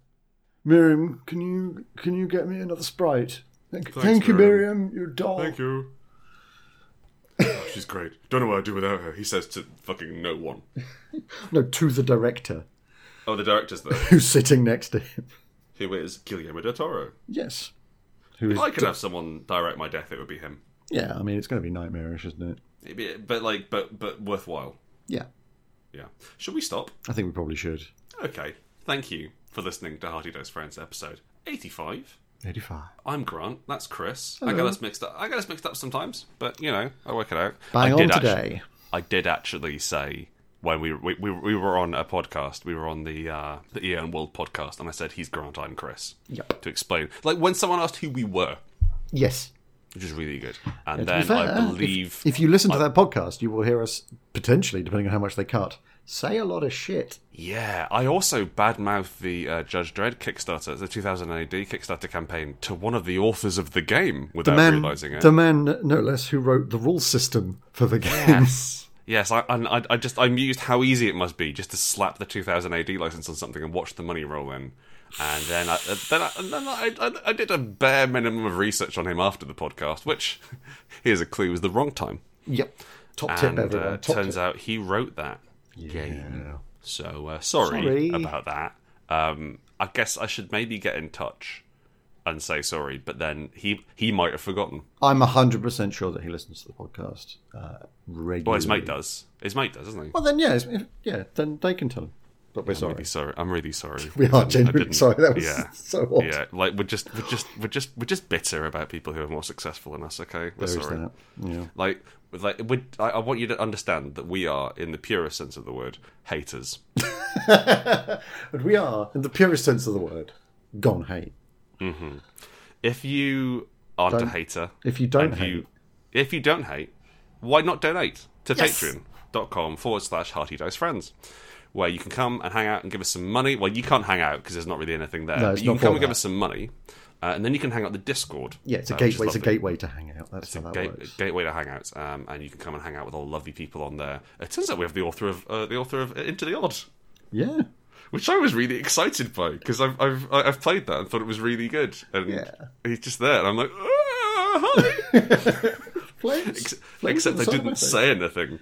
S2: Miriam, can you can you get me another sprite? Thank, thank you,
S1: Miriam.
S2: Miriam. You're a doll.
S1: Thank you. Oh, she's great. Don't know what I'd do without her. He says to fucking no one.
S2: No, to the director
S1: Oh, the director's there.
S2: who's sitting next to him.
S1: Who is Guillermo del Toro?
S2: Yes. Who is?
S1: If I could have someone direct my death, it would be him.
S2: yeah, I mean it's going to be nightmarish, isn't it?
S1: It'd be, but like, but but worthwhile.
S2: Yeah,
S1: Yeah. Should we stop?
S2: I think we probably should.
S1: Okay. Thank you for listening to Hardy Dose Friends episode eighty-five.
S2: Eighty-five.
S1: I'm Grant. That's Chris. I get us mixed up. I get us mixed up sometimes, but you know, I work it out.
S2: Bang
S1: I
S2: on
S1: did actu-
S2: today.
S1: I did actually say when we we, we we were on a podcast, we were on the uh, the Eon World podcast, and I said he's Grant, I'm Chris.
S2: Yep.
S1: To explain, like when someone asked who we were,
S2: Yes.
S1: which is really good, and
S2: To be
S1: then
S2: fair,
S1: I
S2: if-
S1: believe
S2: if, you listen to that podcast, you will hear us potentially, depending on how much they cut, say a lot of shit.
S1: Yeah, I also badmouthed the uh, Judge Dredd Kickstarter, the 2000 AD Kickstarter campaign, to one of the authors of the game without
S2: Man,
S1: realizing it.
S2: the man, no less, who wrote the rule system for the game.
S1: yes, yes, I, and I, I just I mused how easy it must be just to slap the 2000 AD license on something and watch the money roll in, and then I, then I, and then I, I, I did a bare minimum of research on him after the podcast, which here's a clue was the wrong time,
S2: Yep. Top tip,
S1: and
S2: everyone.
S1: uh,
S2: Top
S1: turns
S2: tip.
S1: out he wrote that game. So uh, sorry,
S2: Sorry.
S1: about that. Um, I guess I should maybe get in touch and say sorry, but then he he might have forgotten.
S2: I'm 100% sure that he listens to the podcast uh, regularly.
S1: Well, his mate does. His mate does, doesn't he?
S2: Well, then, yeah, it's- if- yeah, then they can tell him. But we're
S1: I'm
S2: sorry.
S1: really sorry. I'm really sorry.
S2: We
S1: I
S2: are
S1: didn't- I
S2: genuinely
S1: didn't-
S2: sorry. That was
S1: yeah.
S2: so odd.
S1: Yeah, like we're just we're just we're just we're just bitter about people who are more successful than us. Okay, we're
S2: There is
S1: sorry.
S2: that. Yeah.
S1: Like, like we I, I want you to understand that we are, in the purest sense of the word, haters.
S2: But we are, in the purest sense of the word, gone hate.
S1: If you aren't a hater,
S2: If you don't
S1: and
S2: hate,
S1: you if you don't hate why not donate to
S3: Yes.
S1: patreon.com forward slash hearty dice friends where you can come and hang out and give us some money. Well, you can't hang out because there's not really anything there.
S2: No,
S1: but
S2: it's
S1: you
S2: not
S1: can come
S2: for
S1: and give
S2: that.
S1: us some money, uh, and then you can hang out the Discord.
S2: Yeah, it's a
S1: uh, which is
S2: gateway. It's a
S1: lovely.
S2: gateway to hang out. That's how that
S1: Gate-
S2: works.
S1: gateway to hangouts, um, and you can come and hang out with all lovely people on there. It turns out we have the author of uh, the author of Into the Odd,
S2: Yeah,
S1: which I was really excited by because I've, I've I- I've played that and thought it was really good, and
S2: Yeah.
S1: he's just there, and I'm like, "Ah, hi!"
S2: flames. flames
S1: except I
S2: inside my
S1: didn't
S2: face.
S1: say anything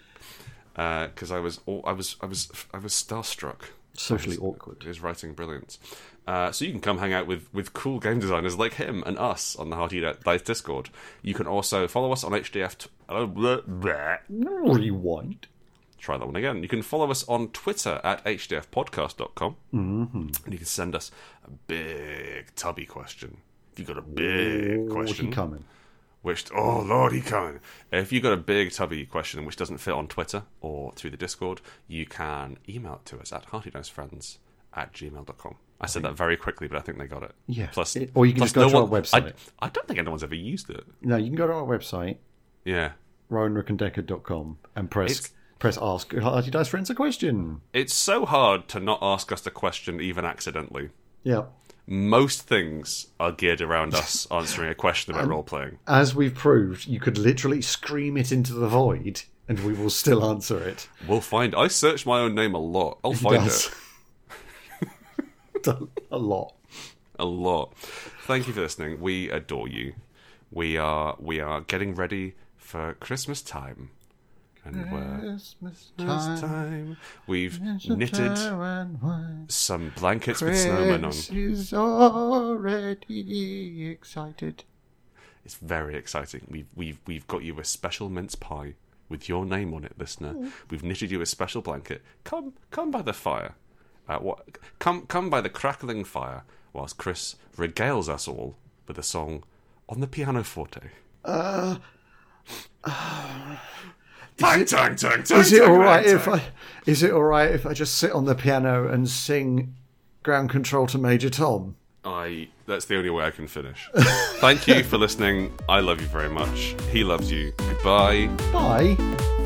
S1: because I was all, I was I was I was starstruck.
S2: Socially
S1: It was-
S2: awkward.
S1: It was writing brilliance. Uh, so you can come hang out with, with cool game designers like him and us on the Hard Dice Discord. You can also follow us on HDF. T- uh, bleh, bleh.
S2: Rewind.
S1: try that one again. You can follow us on Twitter at hdfpodcast.com. Mm-hmm. And you can send us a big tubby question. If you've got a big
S2: Oh, he
S1: question,
S2: coming.
S1: which, oh lord, he coming. If you've got a big tubby question which doesn't fit on Twitter or through the Discord, you can email it to us at heartydicefriends at gmail.com. I said that very quickly, but I think they got it.
S2: Yeah.
S1: Plus,
S2: It- or you can
S1: plus
S2: just go
S1: no
S2: to our
S1: one-
S2: website.
S1: I, I don't think anyone's ever used it.
S2: No, you can go to our website,
S1: Yeah.
S2: rowanrookanddecker.com, and press
S1: It's-
S2: press ask Hardy Dice Friends a question.
S1: It's so hard to not ask us the question even accidentally.
S2: Yeah.
S1: most things are geared around us answering a question
S2: Um,
S1: about role playing.
S2: As we've proved, you could literally scream it into the void and we will still answer it.
S1: We'll find. I search my own name a lot. I'll find
S2: Does-
S1: it
S2: Does a lot.
S1: a lot. Thank you for listening. We adore you. We are we are getting ready for Christmas time, and we're
S2: Christmas
S1: Christmas
S2: time.
S1: time. We've knitted some blankets with
S2: Chris
S1: snowmen on.
S2: is already excited.
S1: It's very exciting. We've we've we've got you a special mince pie with your name on it, listener.
S2: Mm.
S1: We've knitted you a special blanket. Come come by the fire. Uh, what? Come come by the crackling fire, whilst Chris regales us all with a song on the pianoforte. Uh, tang, tang, tang, tang,
S2: Is it
S1: tang,
S2: all right
S1: tang,
S2: if
S1: tang.
S2: I? Is it all right if I just sit on the piano and sing "Ground Control to Major Tom"?
S1: I? That's the only way I can finish. Thank you for listening. I love you very much. He loves you. Goodbye.
S2: Bye.